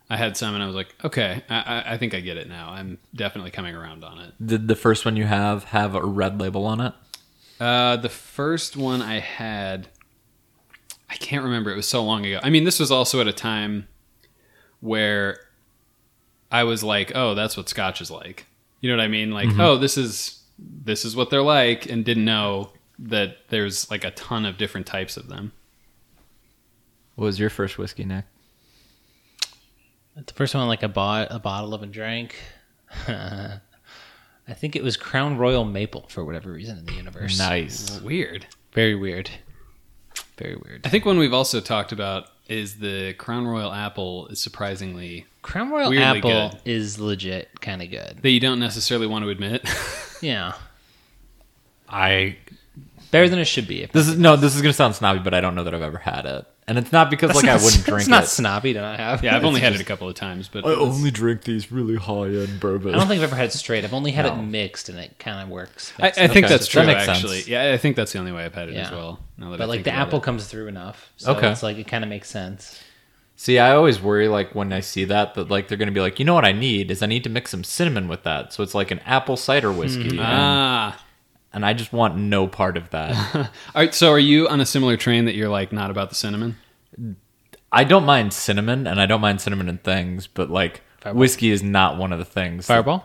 S2: I had some and I was like, okay, I, I, I think I get it now. I'm definitely coming around on it.
S3: Did the first one you have have a red label on it?
S2: Uh, the first one I had, I can't remember. It was so long ago. I mean, this was also at a time where I was like, "Oh, that's what Scotch is like." You know what I mean? Like, "Oh, this is this is what they're like," and didn't know that there's like a ton of different types of them.
S3: What was your first whiskey, Nick?
S1: The first one like I bought a bottle of and drank. I think it was Crown Royal Maple for whatever reason in the universe.
S3: Nice.
S2: Weird.
S1: Very weird. Very weird.
S2: I think one we've also talked about is the Crown Royal apple is surprisingly
S1: Crown Royal
S2: Weirdly
S1: Apple
S2: good.
S1: is legit kind of good.
S2: that you don't necessarily want to admit.
S1: Yeah.
S3: I
S1: Better than it should be. If
S3: this is no. This is gonna sound snobby, but I don't know that I've ever had it, and it's not because like I wouldn't drink
S1: It's not
S3: it.
S1: snobby to not have.
S2: yeah, I've
S1: it.
S2: only had it a couple of times, but
S3: Oh, drink these really high end
S1: I don't
S3: bourbon.
S1: think I've ever had it straight. I've only had
S3: No.
S1: it mixed, and it kind of works.
S2: I, I think
S3: Okay.
S2: that's
S3: That
S2: true.
S3: makes sense.
S2: actually, yeah, I think that's the only way I've had it as
S1: Yeah.
S2: well. Now that I
S1: but like
S2: think
S1: the
S2: about
S1: apple
S2: it.
S1: comes through enough, so
S3: Okay.
S1: it's like it kind of makes sense.
S3: See, I always worry like when I see that that like they're gonna be like, you know what I need is I need to mix some cinnamon with that, so it's like an apple cider whiskey, and,
S2: ah,
S3: and I just want no part of that.
S2: all right. So, are you on a similar train that you're like not about the cinnamon?
S3: I don't mind cinnamon, and I don't mind cinnamon in things, but like
S1: Fireball.
S3: whiskey is not one of the things. that-
S1: Fireball,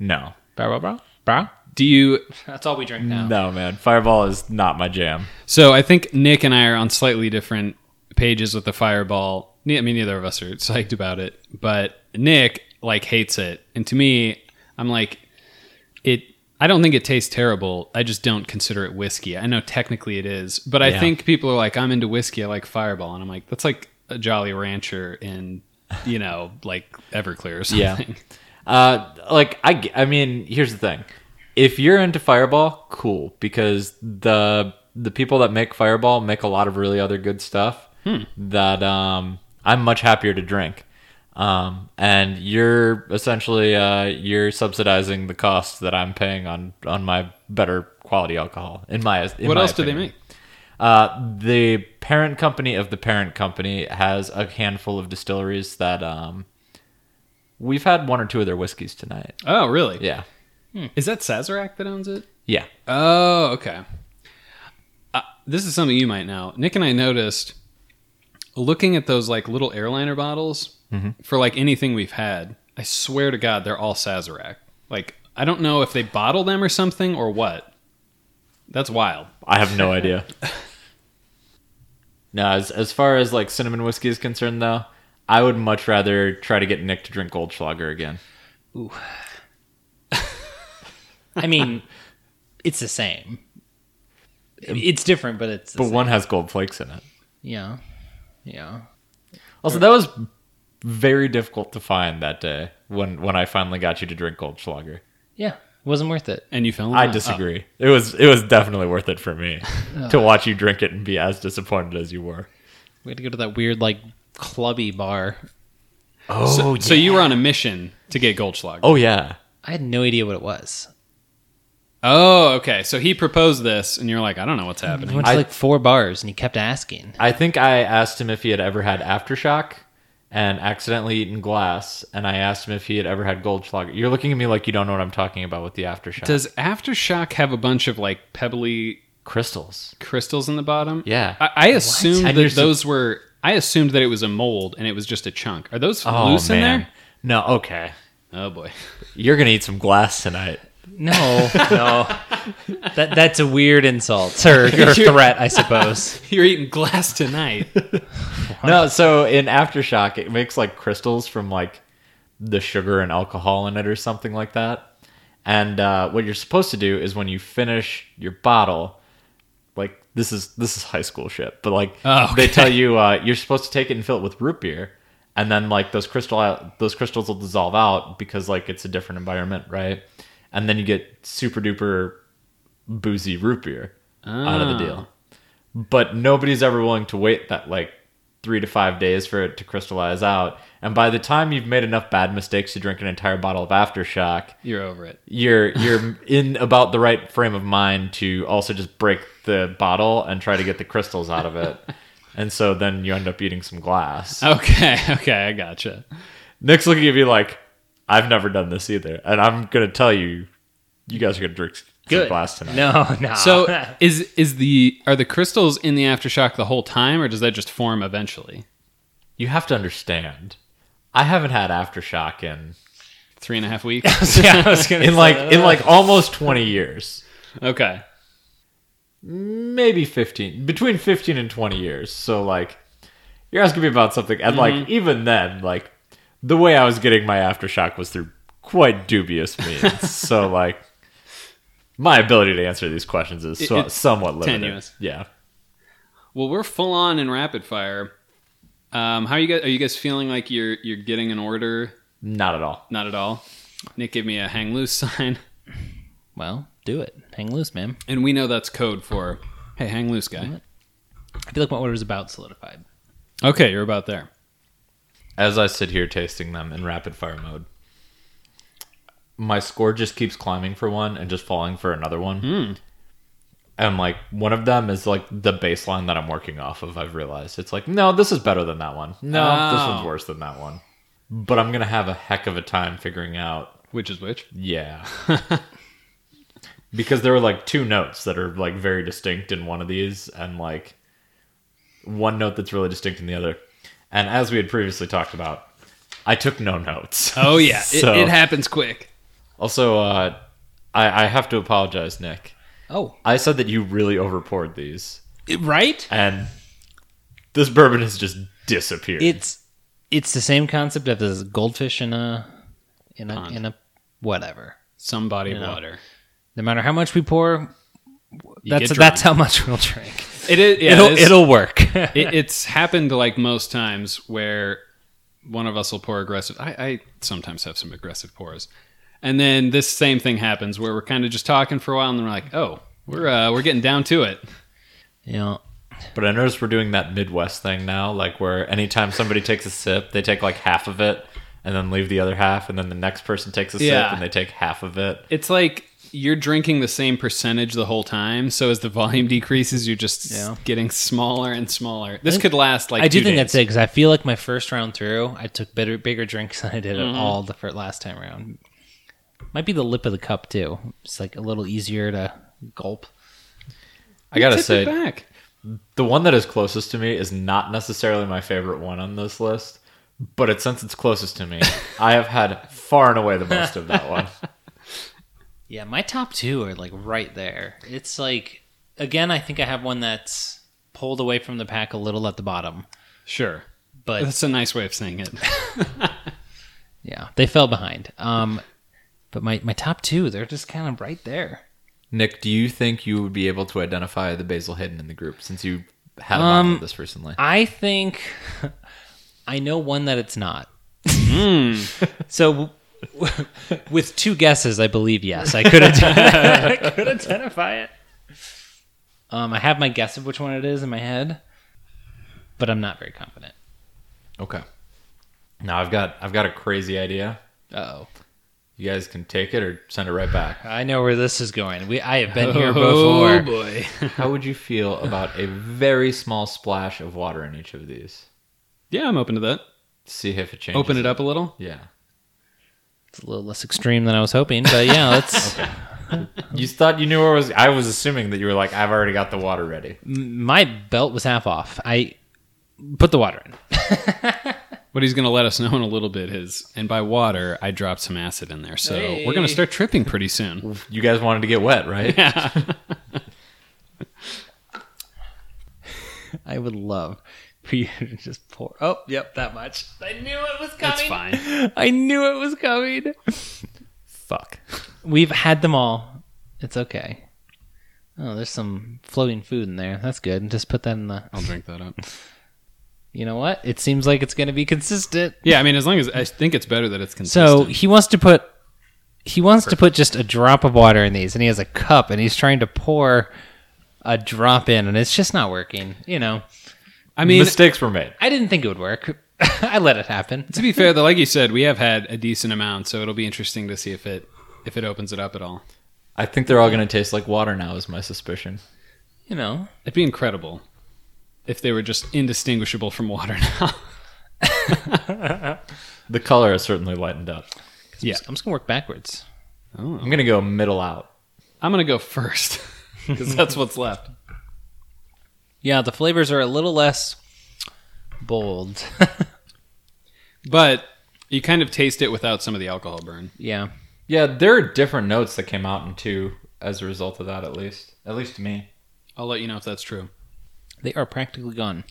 S3: No,
S1: fireball, bro, bro.
S2: Do you?
S1: That's all we drink now.
S3: no, man, Fireball is not my jam.
S2: So, I think Nick and I are on slightly different pages with the fireball. Ne- I mean, neither of us are psyched about it, but Nick like hates it, and to me, I'm like, it. I don't think it tastes terrible. I just don't consider it whiskey. I know technically it is, but I
S3: Yeah.
S2: think people are like, I'm into whiskey. I like Fireball, and I'm like, that's like a Jolly Rancher in, you know, like Everclear or something.
S3: Uh, like I, g- I mean, here's the thing: if you're into Fireball, cool, because the the people that make Fireball make a lot of really other good stuff
S2: Hmm.
S3: that um I'm much happier to drink. Um, and you're essentially uh you're subsidizing the cost that I'm paying on on my better quality alcohol. In my in
S2: What
S3: my
S2: else do they
S3: opinion.
S2: make?
S3: Uh, the parent company of the parent company has a handful of distilleries that um. We've had one or two of their whiskeys tonight.
S2: Oh, really?
S3: Yeah.
S2: Is that Sazerac that owns it?
S3: Yeah.
S2: Oh, okay. Uh, this is something you might know. Nick and I noticed looking at those like little airliner bottles
S3: Mm-hmm.
S2: for like anything we've had. I swear to God, they're all Sazerac. Like I don't know if they bottle them or something or what. That's wild.
S3: I have no idea. no, as as far as like cinnamon whiskey is concerned though, I would much rather try to get Nick to drink Goldschlager again.
S1: I mean, it's the same. It's different, but it's the
S3: But
S1: same.
S3: one has gold flakes in it.
S1: yeah, yeah.
S3: Also, that was very difficult to find that day when when I finally got you to drink Goldschlager.
S1: Yeah, wasn't worth it.
S2: And you fell. In
S3: I
S2: love.
S3: disagree. It was it was definitely worth it for me to watch you drink it and be as disappointed as you were.
S1: We had to go to that weird like clubby bar.
S2: Oh, so, so you were on a mission to get Goldschlager.
S3: Oh yeah.
S1: I had no idea what it was.
S2: Oh, okay. So he proposed this, and you're like, I don't know what's
S1: I
S2: happening.
S1: went to
S3: I-
S1: like four bars, and he kept asking.
S3: I think I asked him if he had ever had aftershock and accidentally eaten glass, and I asked him if he had ever had Goldschlager. You're looking at me like you don't know what I'm talking about with the aftershock.
S2: Does Aftershock have a bunch of like pebbly
S3: crystals?
S2: crystals in the bottom?
S3: Yeah.
S2: I, I assumed
S3: And you're
S2: that
S3: sup-
S2: those were. I assumed that it was a mold and it was just a chunk. Are those
S3: Oh,
S2: loose in
S3: No. Okay.
S2: there? Oh boy.
S3: You're gonna eat some glass tonight.
S1: No, no, that that's a weird insult or, or threat, I suppose.
S2: You're eating glass tonight.
S3: No, so in Aftershock, it makes like crystals from like the sugar and alcohol in it or something like that. And uh, what you're supposed to do is when you finish your bottle, like this is this is high school shit, but like
S2: Oh,
S3: they tell you uh, you're supposed to take it and fill it with root beer, and then like those crystal uh, those crystals will dissolve out because like it's a different environment, right? And then you get super duper boozy root beer out of the deal but nobody's ever willing to wait that like three to five days for it to crystallize out. And by the time you've made enough bad mistakes to drink an entire bottle of aftershock,
S2: You're over it.
S3: you're you're in about the right frame of mind to also just break the bottle and try to get the crystals out of it. And so then you end up eating some glass.
S2: Okay, okay, I gotcha.
S3: Nick's looking at me like, I've never done this either. And I'm gonna tell you, you guys are gonna drink some
S1: Good.
S3: glass tonight.
S1: No, no.
S2: So is is the are the crystals in the aftershock the whole time, or does that just form eventually?
S3: You have to understand. I haven't had aftershock in
S2: Three and a half weeks.
S1: yeah, I was gonna
S3: in
S1: say
S3: like
S1: that.
S3: in like almost 20 years
S2: okay.
S3: maybe 15 between 15 and 20 years so like you're asking me about something and
S2: Mm-hmm.
S3: like even then like the way i was getting my aftershock was through quite dubious means so like my ability to answer these questions is so,
S2: it's
S3: somewhat limited
S2: tenuous.
S3: yeah
S2: Well, we're full on in rapid fire. Um, how are you guys? Are you guys feeling like you're you're getting an order?
S3: not at all
S2: Not at all. Nick gave me a hang loose sign,
S1: well, do it. Hang loose, man.
S2: and we know that's code for hey, hang loose, guy.
S1: I feel like my order is about solidified.
S2: Okay, you're about there.
S3: as i sit here tasting them in rapid fire mode my score just keeps climbing for one and just falling for another one and like one of them is like the baseline that I'm working off of. I've realized it's like, no, this is better than that one. No, this
S2: Oh.
S3: one's worse than that one. But I'm gonna have a heck of a time figuring out.
S2: Which is which?
S3: Yeah, because there were like two notes that are like very distinct in one of these, and like one note that's really distinct in the other. And as we had previously talked about, I took no notes.
S2: Oh yeah,
S3: So-
S2: it, it happens quick.
S3: also, uh, I, I have to apologize, Nick.
S1: Oh,
S3: I said that you really overpoured these.
S1: right?
S3: and this bourbon has just disappeared.
S1: It's it's the same concept as goldfish in a in a in a whatever.
S2: Some body of
S1: know.
S2: water.
S1: No matter how much we pour, that's
S2: get
S1: that's how much we'll drink.
S2: It is. Yeah,
S1: it'll
S2: it is-
S1: it'll work.
S2: it, it's happened like most times where one of us will pour aggressive. I, I sometimes have some aggressive pours, and then this same thing happens where we're kind of just talking for a while, and then we're like, "Oh, we're uh, we're getting down to it."
S1: you know,
S3: but I noticed we're doing that Midwest thing now, like where anytime somebody takes a sip, they take like half of it and then leave the other half, and then the next person takes a
S2: Yeah.
S3: sip and they take half of it.
S2: It's like you're drinking the same percentage the whole time, so as the volume decreases, you're just s-
S1: Yeah.
S2: getting smaller and smaller. This could last like
S1: I do
S2: two
S1: think
S2: days.
S1: that's it because I feel like my first round through, I took bigger bigger drinks than I did
S2: Mm-hmm.
S1: at all the fir- last time around. Might be the lip of the cup too. It's like a little easier to gulp.
S3: I gotta
S2: Tip it
S3: say,
S2: back.
S3: the one that is closest to me is not necessarily my favorite one on this list, but it, since it's closest to me, I have had far and away the most of that one.
S1: Yeah, my top two are like right there. It's like again, I think I have one that's pulled away from the pack a little at the bottom,
S2: Sure,
S1: but
S2: that's a nice way of saying it.
S1: yeah, they fell behind. Um, but my my top two, they're just kind of right there.
S3: Nick, do you think you would be able to identify the basil hidden in the group since you had a
S1: Um,
S3: of this recently?
S1: I think I know one that it's not. so, w- with two guesses, I believe yes, I could, ident- I could identify it. Um, I have my guess of which one it is in my head, but I'm not very confident.
S3: Okay. Now I've got I've got a crazy idea.
S1: Oh,
S3: You guys can take it or send it right back.
S1: I know where this is going. We I have been here
S2: oh
S1: before.
S2: boy.
S3: How would you feel about a very small splash of water in each of these?
S2: Yeah, I'm open to that.
S3: See if it changes.
S2: Open it up a little.
S3: Yeah.
S1: It's a little less extreme than I was hoping, but yeah, let's.
S3: You thought you knew where I was. I was assuming that you were like, I've already got the water ready.
S1: m- My belt was half off. I put the water in.
S2: But he's going to let us know in a little bit is, and by water, I dropped some acid in there. So we're going to start tripping pretty soon.
S3: You guys wanted to get wet, right?
S1: I would love We just pour. Oh, yep, that much. I knew it was coming.
S2: That's fine.
S1: I knew it was coming.
S2: Fuck.
S1: We've had them all. It's okay. Oh, there's some floating food in there. That's good. Just put that in the.
S2: I'll drink that up.
S1: You know what? It seems like it's going to be consistent.
S2: Yeah, I mean, as long as I think it's better that it's
S1: So
S2: consistent.
S1: he wants to put he wants to put just a drop of water in these, and he has a cup, and he's trying to pour a drop in, and it's just not working. You know,
S2: I mean,
S3: Mistakes were made.
S1: I didn't think it would work. I let it happen.
S2: to be fair, though, like you said, we have had a decent amount, so it'll be interesting to see if it if it opens it up at all.
S3: I think they're all going to taste like water now, is my suspicion.
S1: You know,
S2: It'd be incredible if they were just indistinguishable from water now.
S3: The color has certainly lightened up.
S2: Yeah.
S1: I'm just gonna work backwards.
S3: I'm
S1: Oh.
S3: going to go middle out.
S2: I'm gonna go first because that's what's left.
S1: Yeah, the flavors are a little less bold.
S2: But you kind of taste it without some of the alcohol burn.
S1: yeah,
S3: Yeah, there are different notes that came out in two as a result of that, at least. At least to me.
S2: I'll let you know if that's true.
S1: they are practically gone.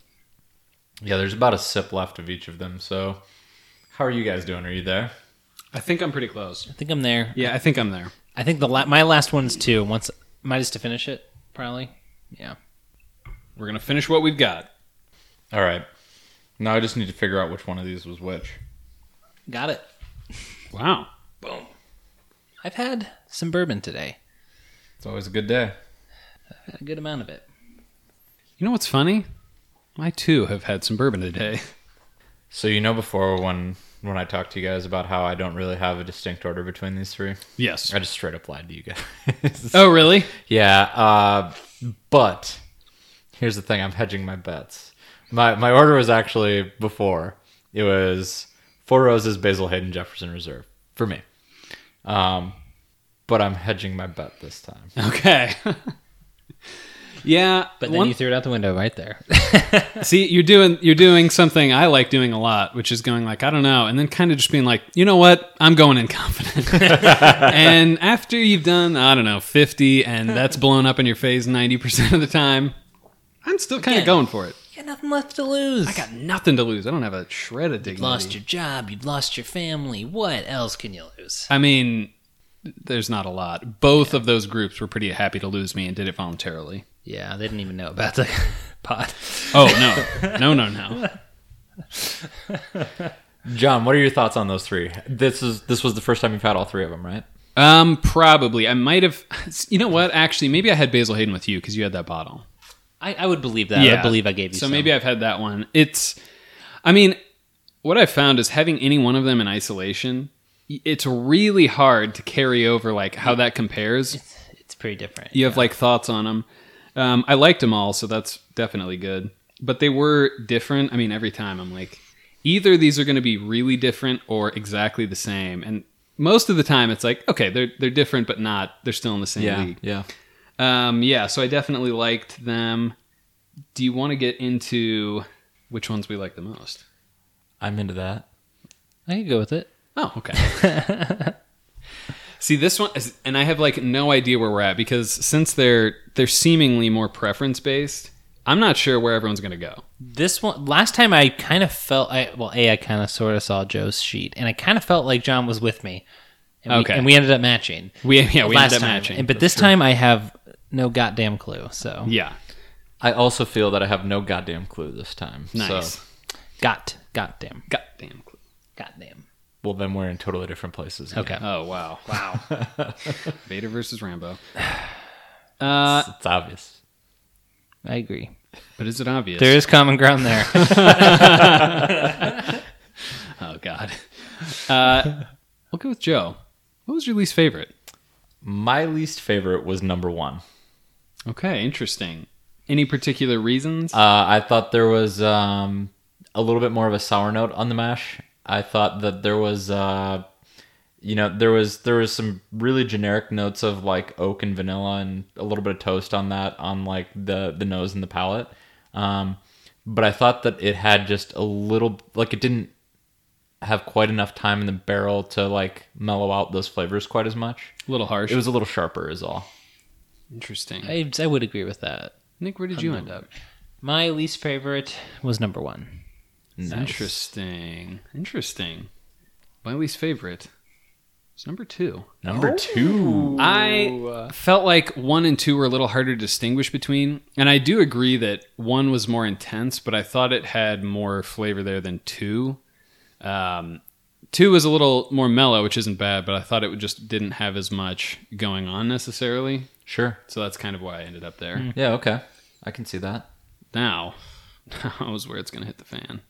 S3: Yeah, there's about a sip left of each of them. So, how are you guys doing? Are you there?
S2: I think I'm pretty close.
S1: I think I'm there.
S2: Yeah, I think I'm there.
S1: I think the la- my last one's two. Once might just to finish it probably. Yeah.
S2: We're gonna finish what we've got.
S3: All right. Now I just need to figure out which one of these was which.
S1: Got it.
S2: Wow.
S1: I've had some bourbon today.
S3: It's always a good day.
S1: Had a good amount of it.
S2: You know what's funny? I too have had some bourbon today.
S3: So you know before when when I talked to you guys about how I don't really have a distinct order between these three,
S2: Yes.
S3: I just straight up lied to you guys.
S2: Oh, really?
S3: yeah, uh, but here's the thing: I'm hedging my bets. My my order was actually before it was Four Roses, Basil Hayden, Jefferson Reserve for me. Um, but I'm hedging my bet this time.
S2: Okay. yeah,
S1: But then
S2: one-
S1: you threw it out the window right there.
S2: see, you're doing you're doing something I like doing a lot, which is going like I don't know, and then kind of just being like, you know what, I'm going in confident. and after you've done I don't know 50, and that's blown up in your face 90 percent of the time, I'm still kind of
S1: Again.
S2: going for it.
S1: you got nothing left to lose.
S2: I got nothing to lose. I don't have a shred of dignity.
S1: lost your job. You've lost your family. What else can you lose?
S2: I mean, there's not a lot. Both of those groups were pretty happy to lose me and did it voluntarily.
S1: Yeah, they didn't even know about the pot.
S2: Oh no, no, no, no.
S3: John, what are your thoughts on those three? This is this was the first time you've had all three of them, right?
S2: Um, probably. I might have. You know what? Actually, maybe I had Basil Hayden with you because you had that bottle.
S1: I, I would believe that. I believe I gave you.
S2: So
S1: some.
S2: maybe I've had that one. It's. I mean, what I've found is having any one of them in isolation, y- it's really hard to carry over like how that compares.
S1: it's pretty different.
S2: You have like thoughts on them. Um, I liked them all, so that's definitely good. But they were different. I mean, every time I'm like, either these are going to be really different or exactly the same. And most of the time, it's like, okay, they're they're different, but not. They're still in the same league.
S3: yeah.
S2: Um, yeah, so I definitely liked them. Do you want to get into which ones we like the most?
S3: I'm into that.
S1: I could go with it.
S2: Oh, okay. See this one, is, and I have like no idea where we're at because since they're they're seemingly more preference based, I'm not sure where everyone's gonna go.
S1: This one last time I kind of felt I well a I kind of sort of saw Joe's sheet and I kind of felt like John was with me. And
S2: Okay.
S1: we, and we ended up matching.
S2: We yeah we
S1: last
S2: ended up
S1: time.
S2: matching.
S1: And- but this time I have no goddamn clue. So
S2: yeah,
S3: I also feel that I have no goddamn clue this time.
S2: nice.
S3: So,
S1: got goddamn
S2: Goddamn. clue.
S1: goddamn.
S3: well, then we're in totally different places.
S1: Okay.
S3: again.
S2: Oh wow, wow. Vader versus Rambo. Uh,
S3: It's, it's obvious.
S1: I agree.
S2: but is it obvious?
S1: There is common ground there.
S2: Oh God. Uh, we'll go with Joe. What was your least favorite?
S3: My least favorite was number one.
S2: Okay, interesting. Any particular reasons?
S3: Uh, I thought there was um, a little bit more of a sour note on the mash. I thought that there was, uh, you know, there was there was some really generic notes of like oak and vanilla and a little bit of toast on that on like the the nose and the palate. Um, but I thought that it had just a little like it didn't have quite enough time in the barrel to like mellow out those flavors quite as much.
S2: a little harsh.
S3: It was a little sharper, is all.
S2: interesting.
S1: I, I would agree with that.
S2: Nick, where did you end up?
S1: My least favorite was number one.
S2: Interesting. Interesting. My least favorite is number two.
S3: Number
S1: Oh.
S3: two.
S2: I felt like one and two were a little harder to distinguish between. And I do agree that one was more intense, but I thought it had more flavor there than two. Um, two was a little more mellow, which isn't bad, but I thought it just didn't have as much going on necessarily.
S3: Sure.
S2: So that's kind of why I ended up there.
S3: Yeah, okay. I can see that.
S2: Now, now is where it's going to hit the fan.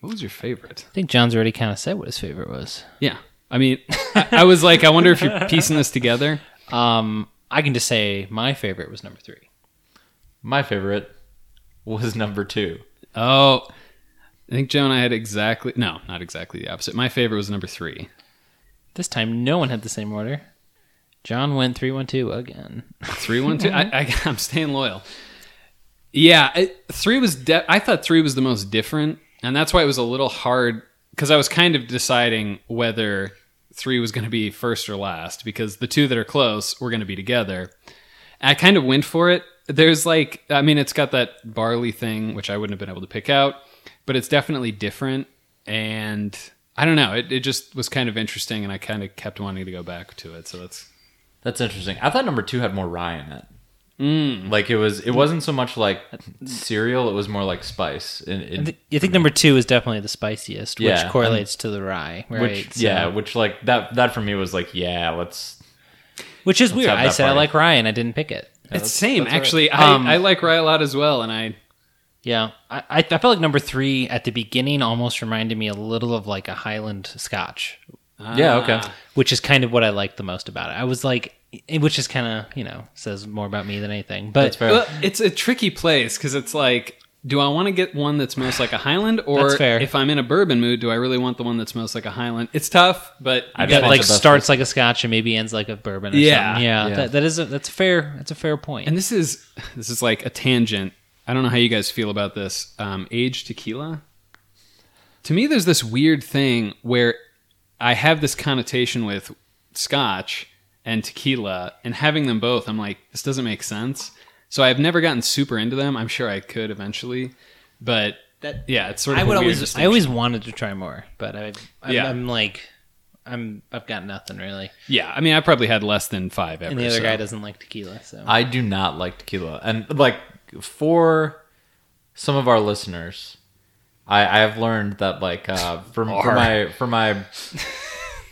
S2: What was your favorite?
S1: I think John's already kind of said what his favorite was.
S2: Yeah. I mean, I, I was like, I wonder if you're piecing this together.
S1: Um, I can just say my favorite was number three.
S3: My favorite was number two.
S2: Oh, I think Joe and I had exactly no, not exactly the opposite. My favorite was number three.
S1: This time, no one had the same order. John went three, one, two again.
S2: Three, one, two. I, I, I'm staying loyal. Yeah, it, three was. De- I thought three was the most different, and that's why it was a little hard because I was kind of deciding whether three was going to be first or last because the two that are close were going to be together. I kind of went for it. There's like, I mean, it's got that barley thing, which I wouldn't have been able to pick out, but it's definitely different. And I don't know, it, it just was kind of interesting, and I kind of kept wanting to go back to it. So that's
S3: That's interesting. I thought number two had more rye in it. Like it was, it wasn't so much like cereal. It was more like spice. And it,
S1: I thi- I think number two is definitely the spiciest, which
S3: Yeah.
S1: correlates to the rye, right?
S3: which
S1: So-
S3: yeah, which like that that for me was like yeah, let's
S1: which is weird.
S3: have
S1: I
S3: that
S1: said I
S3: party.
S1: like rye, and I didn't pick it.
S2: it's same actually.
S1: Um,
S2: I, I like Rye a lot as well, and I
S1: Yeah, I, I I felt like number three at the beginning almost reminded me a little of like a Highland Scotch,
S3: yeah okay.
S1: which is kind of what I liked the most about it. I was like, it- which is kind of you know says more about me than anything. But
S3: That's fair.
S2: Well, it's a tricky place because it's like, do I want to get one that smells like a Highland, or
S1: That's fair.
S2: if I'm in a bourbon mood, do I really want the one that smells like a Highland? It's tough, but
S3: I just
S1: that
S3: want
S1: like
S3: the best
S1: starts like a Scotch and maybe ends like a bourbon. Or
S2: Yeah.
S1: something. yeah,
S3: Yeah.
S1: That, that is a, that's a fair that's a fair point.
S2: and this is this is like a tangent. I don't know how you guys feel about this. Um, aged tequila. To me, there's this weird thing where I have this connotation with Scotch and tequila, and having them both, I'm like, this doesn't make sense. So I've never gotten super into them. I'm sure I could eventually, but
S1: That-
S2: yeah, it's sort of.
S1: I
S2: a
S1: would
S2: weird
S1: always I
S2: distinction.
S1: always wanted to try more, but I I'm,
S2: Yeah.
S1: I'm like I'm I've got nothing really,
S2: Yeah, I mean, I probably had less than five ever.
S1: and the other
S2: so.
S1: guy doesn't like tequila, so
S3: I do not like tequila. And like for some of our listeners, I, I've learned that like uh from for my for my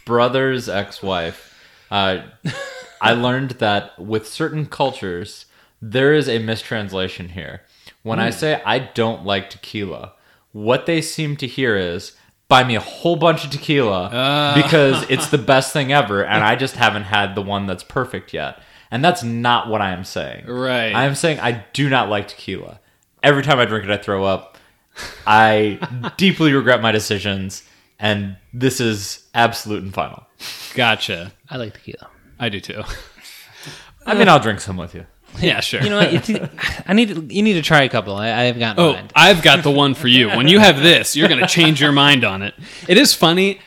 S3: brother's ex wife, uh I learned that with certain cultures there is a mistranslation here. When I say I don't like tequila, what they seem to hear is buy me a whole bunch of tequila because it's the best thing ever and I just haven't had the one that's perfect yet. And that's not what I am saying.
S2: Right.
S3: I'm saying I do not like tequila. Every time I drink it I throw up. I deeply regret my decisions and this is absolute and final.
S2: Gotcha.
S1: I like tequila.
S2: I do too.
S3: I mean, I'll drink some with you.
S2: yeah, sure.
S1: You know what? You think- I need to- you need to try a couple. I, I have got
S2: Oh,
S1: mine.
S2: I've got the one for you. When you have this, you're going to change your mind on it. It is funny.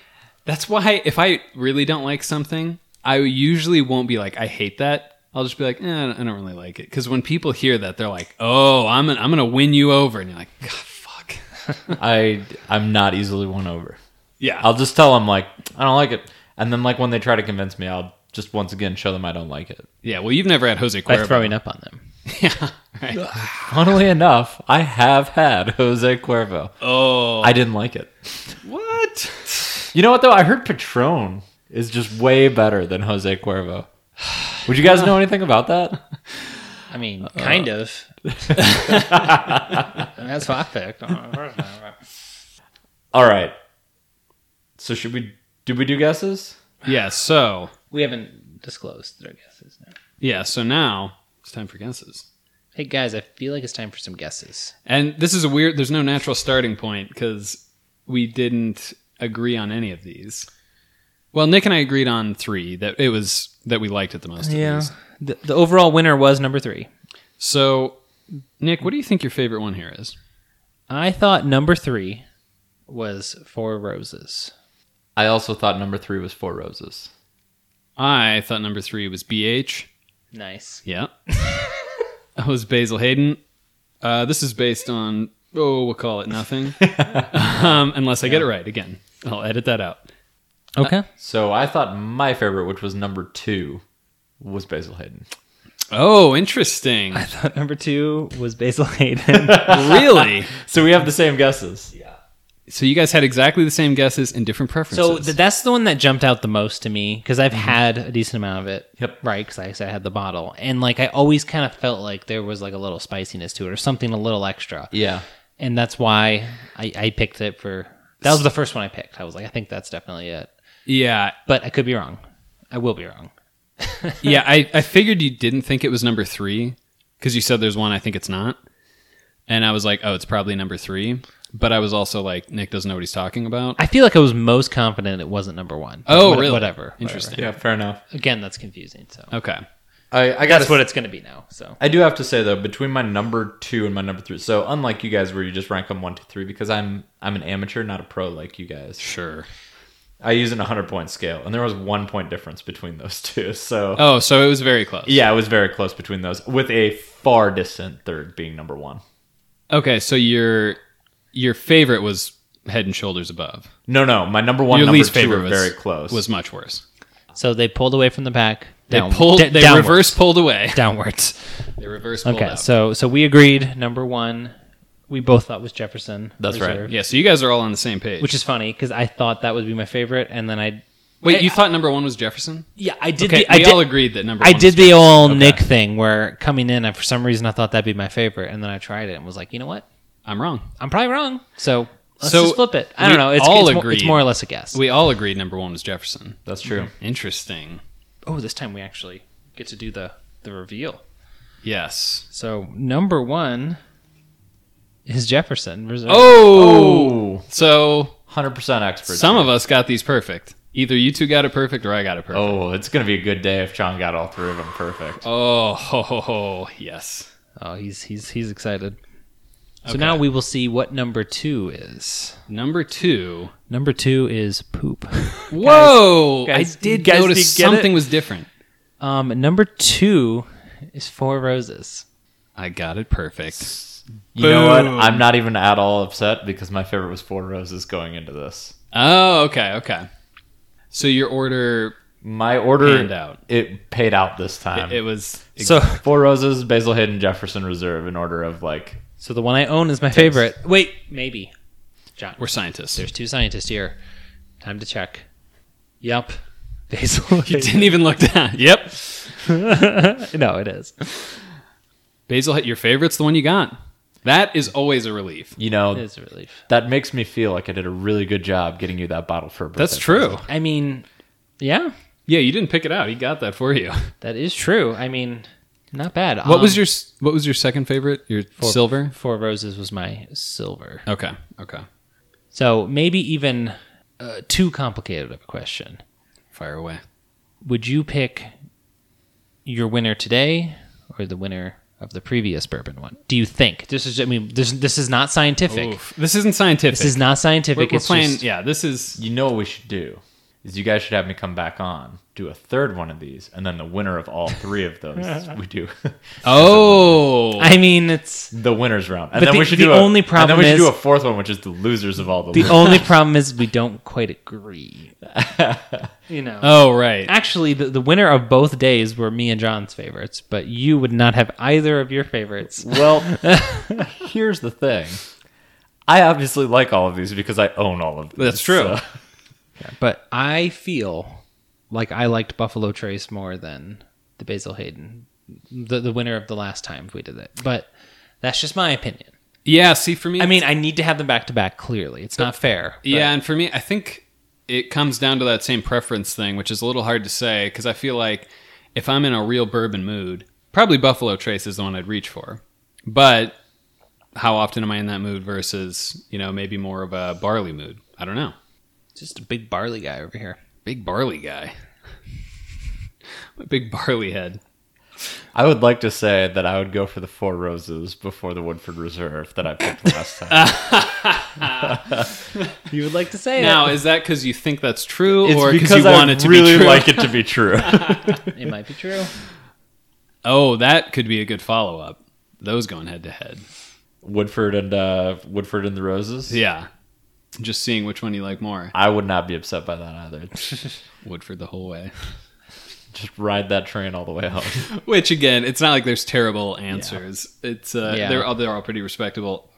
S2: That's why if I really don't like something, I usually won't be like, I hate that. I'll just be like, eh, I don't- I don't really like it. Because when people hear that, they're like, oh, I'm gonna, I'm gonna win you over, and you're like, God, fuck.
S3: I I'm not easily won over.
S2: Yeah,
S3: I'll just tell them like I don't like it, and then like when they try to convince me, I'll just once again show them I don't like it.
S2: yeah. Well, you've never had Jose
S1: By
S2: Cuervo.
S1: throwing up on them.
S2: yeah. Right.
S3: Funnily enough, I have had Jose Cuervo.
S2: Oh,
S3: I didn't like it.
S2: what?
S3: You know what though? I heard Patron is just way better than Jose Cuervo. Would you guys know anything about that?
S1: I mean, kind of. That's what I picked.
S3: All right. So should we? Did we do guesses?
S2: Yeah. So
S1: We haven't disclosed their guesses now.
S2: yeah. So now it's time for guesses.
S1: Hey guys, I feel like it's time for some guesses.
S2: And this is a weird. There's no natural starting point because we didn't agree on any of these. Well, Nick and I agreed on three that it was that we liked it the most. At least.
S1: The, the overall winner was number three.
S2: So, Nick, what do you think your favorite one here is?
S1: I thought number three was Four Roses.
S3: I also thought number three was Four Roses.
S2: I thought number three was BH.
S1: Nice.
S2: Yeah. that was Basil Hayden. Uh, this is based on oh, we'll call it nothing, um, unless I get it right again. I'll edit that out.
S1: Okay.
S3: So I thought my favorite, which was number two, was Basil Hayden.
S2: Oh, interesting.
S1: Thought number two was Basil Hayden.
S2: really?
S3: So we have the same guesses. Yeah.
S2: So you guys had exactly the same guesses and different preferences.
S1: so th- that's the one that jumped out the most to me because I've had a decent amount of it.
S3: Yep.
S1: Right, because I said I had the bottle, and like I always kind of felt like there was like a little spiciness to it or something a little extra,
S3: Yeah.
S1: and that's why I, I picked it for. That was the first one I picked. I was like, I think that's definitely it,
S2: yeah,
S1: but I could be wrong. I will be wrong.
S2: yeah. I, I figured you didn't think it was number three because you said there's one I think it's not, and I was like, oh, it's probably number three. But I was also like, Nick doesn't know what he's talking about.
S1: I feel like I was most confident it wasn't number one.
S2: Oh,
S1: What-
S2: really?
S1: Whatever.
S2: Interesting.
S3: Yeah. Fair enough.
S1: whatever. Again, that's confusing. So
S2: Okay.
S3: I, I got
S1: that's what it's going to be now. So
S3: I do have to say though, between my number two and my number three, so unlike you guys where you just rank them one, two, three, because I'm I'm an amateur, not a pro like you guys.
S2: Sure.
S3: I use an 100 point scale, and there was one point difference between those two. So
S2: Oh, so it was very close.
S3: yeah, it was very close between those, with a far distant third being number one.
S2: Okay, so your your favorite was Head and Shoulders Above.
S3: No, no, my number one,
S2: your
S3: number
S2: least
S3: two
S2: favorite
S3: were
S2: was
S3: very close.
S2: Was much worse.
S1: so they pulled away from the pack.
S2: They
S1: down-
S2: pulled.
S1: d-
S2: they
S1: downwards.
S2: reverse pulled away.
S1: downwards.
S2: They reverse pulled
S1: Okay,
S2: out.
S1: so so we agreed. Number one, we both thought was Jefferson.
S3: That's right.
S1: Reserve,
S2: yeah, so you guys are all on the same page.
S1: Which is funny because I thought that would be my favorite, and then I
S2: wait, you thought number one was Jefferson?
S1: yeah I did
S2: Okay,
S1: the, I
S2: we
S1: did,
S2: all agreed that number.
S1: I
S2: one
S1: did
S2: was
S1: the old
S2: Okay.
S1: Nick thing where coming in, I, for some reason I thought that'd be my favorite, and then I tried it and was like, you know what,
S2: I'm wrong.
S1: I'm probably wrong. So let's
S2: So
S1: just flip it. I
S2: we
S1: don't know. It's
S2: all
S1: it's, more, it's
S2: agreed.
S1: more or less a guess.
S2: We all agreed number one was Jefferson.
S3: That's true.
S2: Interesting.
S1: oh, this time we actually get to do the the reveal.
S2: Yes.
S1: So number one is Jefferson Reserve.
S2: Oh,
S3: Oh,
S2: so
S3: 100% expert.
S2: some of us got these perfect. Either you two got it perfect, or I got it perfect.
S3: Oh, it's gonna be a good day if John got all three of them perfect.
S2: Oh, ho, ho, ho. yes.
S1: Oh, he's he's he's excited. So
S2: Okay.
S1: now we will see what number two is.
S2: Number two.
S1: Number two is poop.
S2: Whoa!
S1: guys,
S2: I did
S1: guys, do
S2: notice
S1: you get
S2: something
S1: it?
S2: was different.
S1: um, number two is four roses.
S2: I got it perfect.
S3: You know what?
S2: Boom.
S3: I'm not even at all upset because my favorite was Four Roses going into this.
S2: Oh, okay, okay. So your order,
S3: My order
S2: Panned out.
S3: It paid out this time.
S2: it was
S1: So
S3: Four Roses, Basil Hayden, Jefferson Reserve in order of like.
S1: so the one I own is my favorite. Wait, maybe. John,
S2: we're scientists.
S1: there's two scientists here. Time to check. Yup. Basil.
S2: You didn't even look down. yep.
S1: no, it is.
S2: Basil, your favorite's the one you got. That is always a relief.
S3: You
S1: It
S3: know,
S1: is a relief.
S3: that makes me feel like I did a really good job getting you that bottle for a birthday.
S2: That's true.
S1: I mean, yeah,
S2: Yeah, you didn't pick it out. He got that for you.
S1: that is true. I mean, not bad.
S2: What was your s- What was your second favorite? Your silver.
S1: Um, four roses? Was my silver.
S2: Okay. Okay.
S1: So maybe even uh, too complicated of a question.
S2: Fire away.
S1: Would you pick your winner today or the winner of the previous bourbon one? Do you think this is? I mean, this this is not scientific.
S2: Oof. This isn't scientific.
S1: This is not
S2: We're,
S1: scientific.
S2: Oh, we're
S1: it's
S2: playing.
S1: just-
S2: yeah. This is.
S3: You know what we should do is you guys should have me come back on, do a third one of these, and then the winner of all three of those we do
S2: Oh.
S1: I mean, it's
S3: the winners round. And
S1: But
S3: then
S1: the-
S3: we should
S1: the
S3: do a,
S1: only
S3: and then
S1: problem
S3: we should
S1: is-
S3: do a fourth one, which is the losers of all the.
S1: the
S3: losers.
S1: only problem is we don't quite agree. you know.
S2: oh right.
S1: Actually, the, the winner of both days were me and John's favorites, but you would not have either of your favorites.
S3: Well, here's the thing. I obviously like all of these because I own all of these.
S2: That's uh, true.
S3: so-
S1: But I feel like I liked Buffalo Trace more than the Basil Hayden, the the winner of the last time we did it. But that's just my opinion.
S2: Yeah. See, for me,
S1: I mean, I need to have them back to back. Clearly, it's not fair. but-
S2: Yeah, and for me, I think it comes down to that same preference thing, which is a little hard to say because I feel like if I'm in a real bourbon mood, probably Buffalo Trace is the one I'd reach for. But how often am I in that mood versus, you know, maybe more of a barley mood? I don't know.
S1: just a big barley guy over here.
S2: Big barley guy. I'm a big barley head.
S3: I would like to say that I would go for the Four Roses before the Woodford Reserve that I picked last time.
S1: You would like to say
S2: Now, is that because you think that's true
S3: It's
S2: or because
S3: because
S2: you
S3: I
S2: want it to
S3: really
S2: be true?
S3: like it to be true.
S1: it. It might be true.
S2: oh, that could be a good follow up. Those going head to head.
S3: Woodford and uh, Woodford and the Roses.
S2: Yeah. Just seeing which one you like more.
S3: I would not be upset by that either.
S2: Woodford the whole way.
S3: Just ride that train all the way home.
S2: Which again, it's not like there's terrible answers. It's uh,
S1: Yeah.
S2: they're all they're all pretty respectable.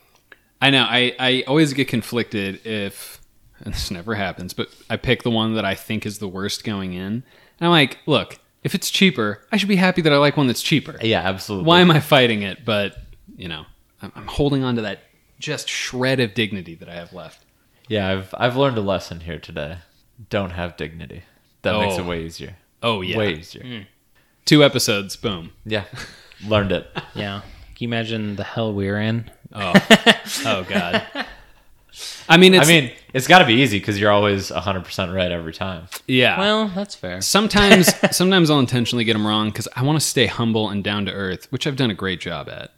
S2: I know. I I always get conflicted if and this never happens, but I pick the one that I think is the worst going in. And I'm like, look, if it's cheaper, I should be happy that I like one that's cheaper.
S3: yeah, absolutely.
S2: Why am I fighting it? But you know, I'm, I'm holding on to that just shred of dignity that I have left.
S3: Yeah, I've I've learned a lesson here today. Don't have dignity. That
S2: Oh.
S3: makes it way easier.
S2: Oh yeah,
S3: Way easier.
S2: two episodes, boom.
S3: Yeah. Learned it.
S1: Yeah. Can you imagine the hell we're in?
S2: Oh, oh god. I mean,
S3: I
S2: it's,
S3: mean, it's got to be easy because you're always 100% right every time.
S2: yeah.
S1: Well, that's fair.
S2: Sometimes, sometimes I'll intentionally get them wrong because I want to stay humble and down to earth, which I've done a great job at.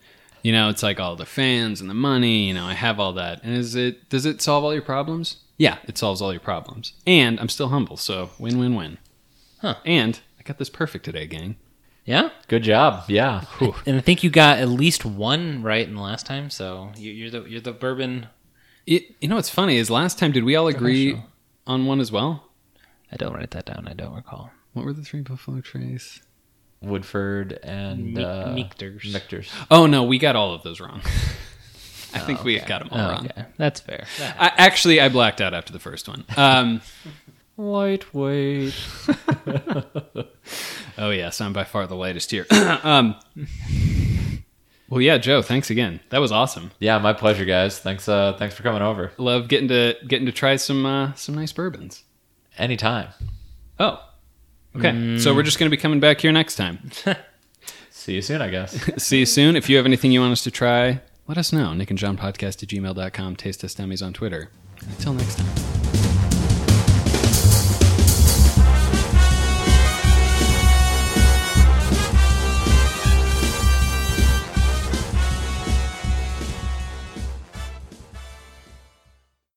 S2: You know, it's like all the fans and the money. You know, I have all that. And is it does it solve all your problems? Yeah, it solves all your problems. And I'm still humble, so win, win, win.
S1: Huh.
S2: And I got this perfect today, gang.
S1: Yeah.
S3: Good job. Yeah.
S1: And I think you got at least one right in the last time, so you- you're the you're the bourbon.
S2: It, you know what's funny is last time did we all agree
S1: Professional.
S2: on one as well?
S1: I don't write that down. I don't recall.
S2: What were the three Buffalo Trace?
S3: Woodford and
S1: Ne-
S3: uh,
S1: Nectars.
S3: Nectars.
S2: Oh no, we got all of those wrong. I think we got them all
S1: Oh,
S2: wrong.
S1: okay, that's fair.
S2: I, actually, I blacked out after the first one. Um,
S3: Lightweight.
S2: oh yes, I'm by far the lightest here. um, well, yeah, Joe, thanks again. That was awesome.
S3: Yeah, my pleasure, guys. Thanks uh, thanks for coming over.
S2: Love getting to getting to try some uh, some nice bourbons.
S3: Anytime.
S2: Oh, okay. So we're just gonna be coming back here next time.
S3: See you soon, I guess.
S2: See you soon. If you have anything you want us to try, let us know. Nick and John podcast at gmail.com. Taste Test Dummies on Twitter. Until next time.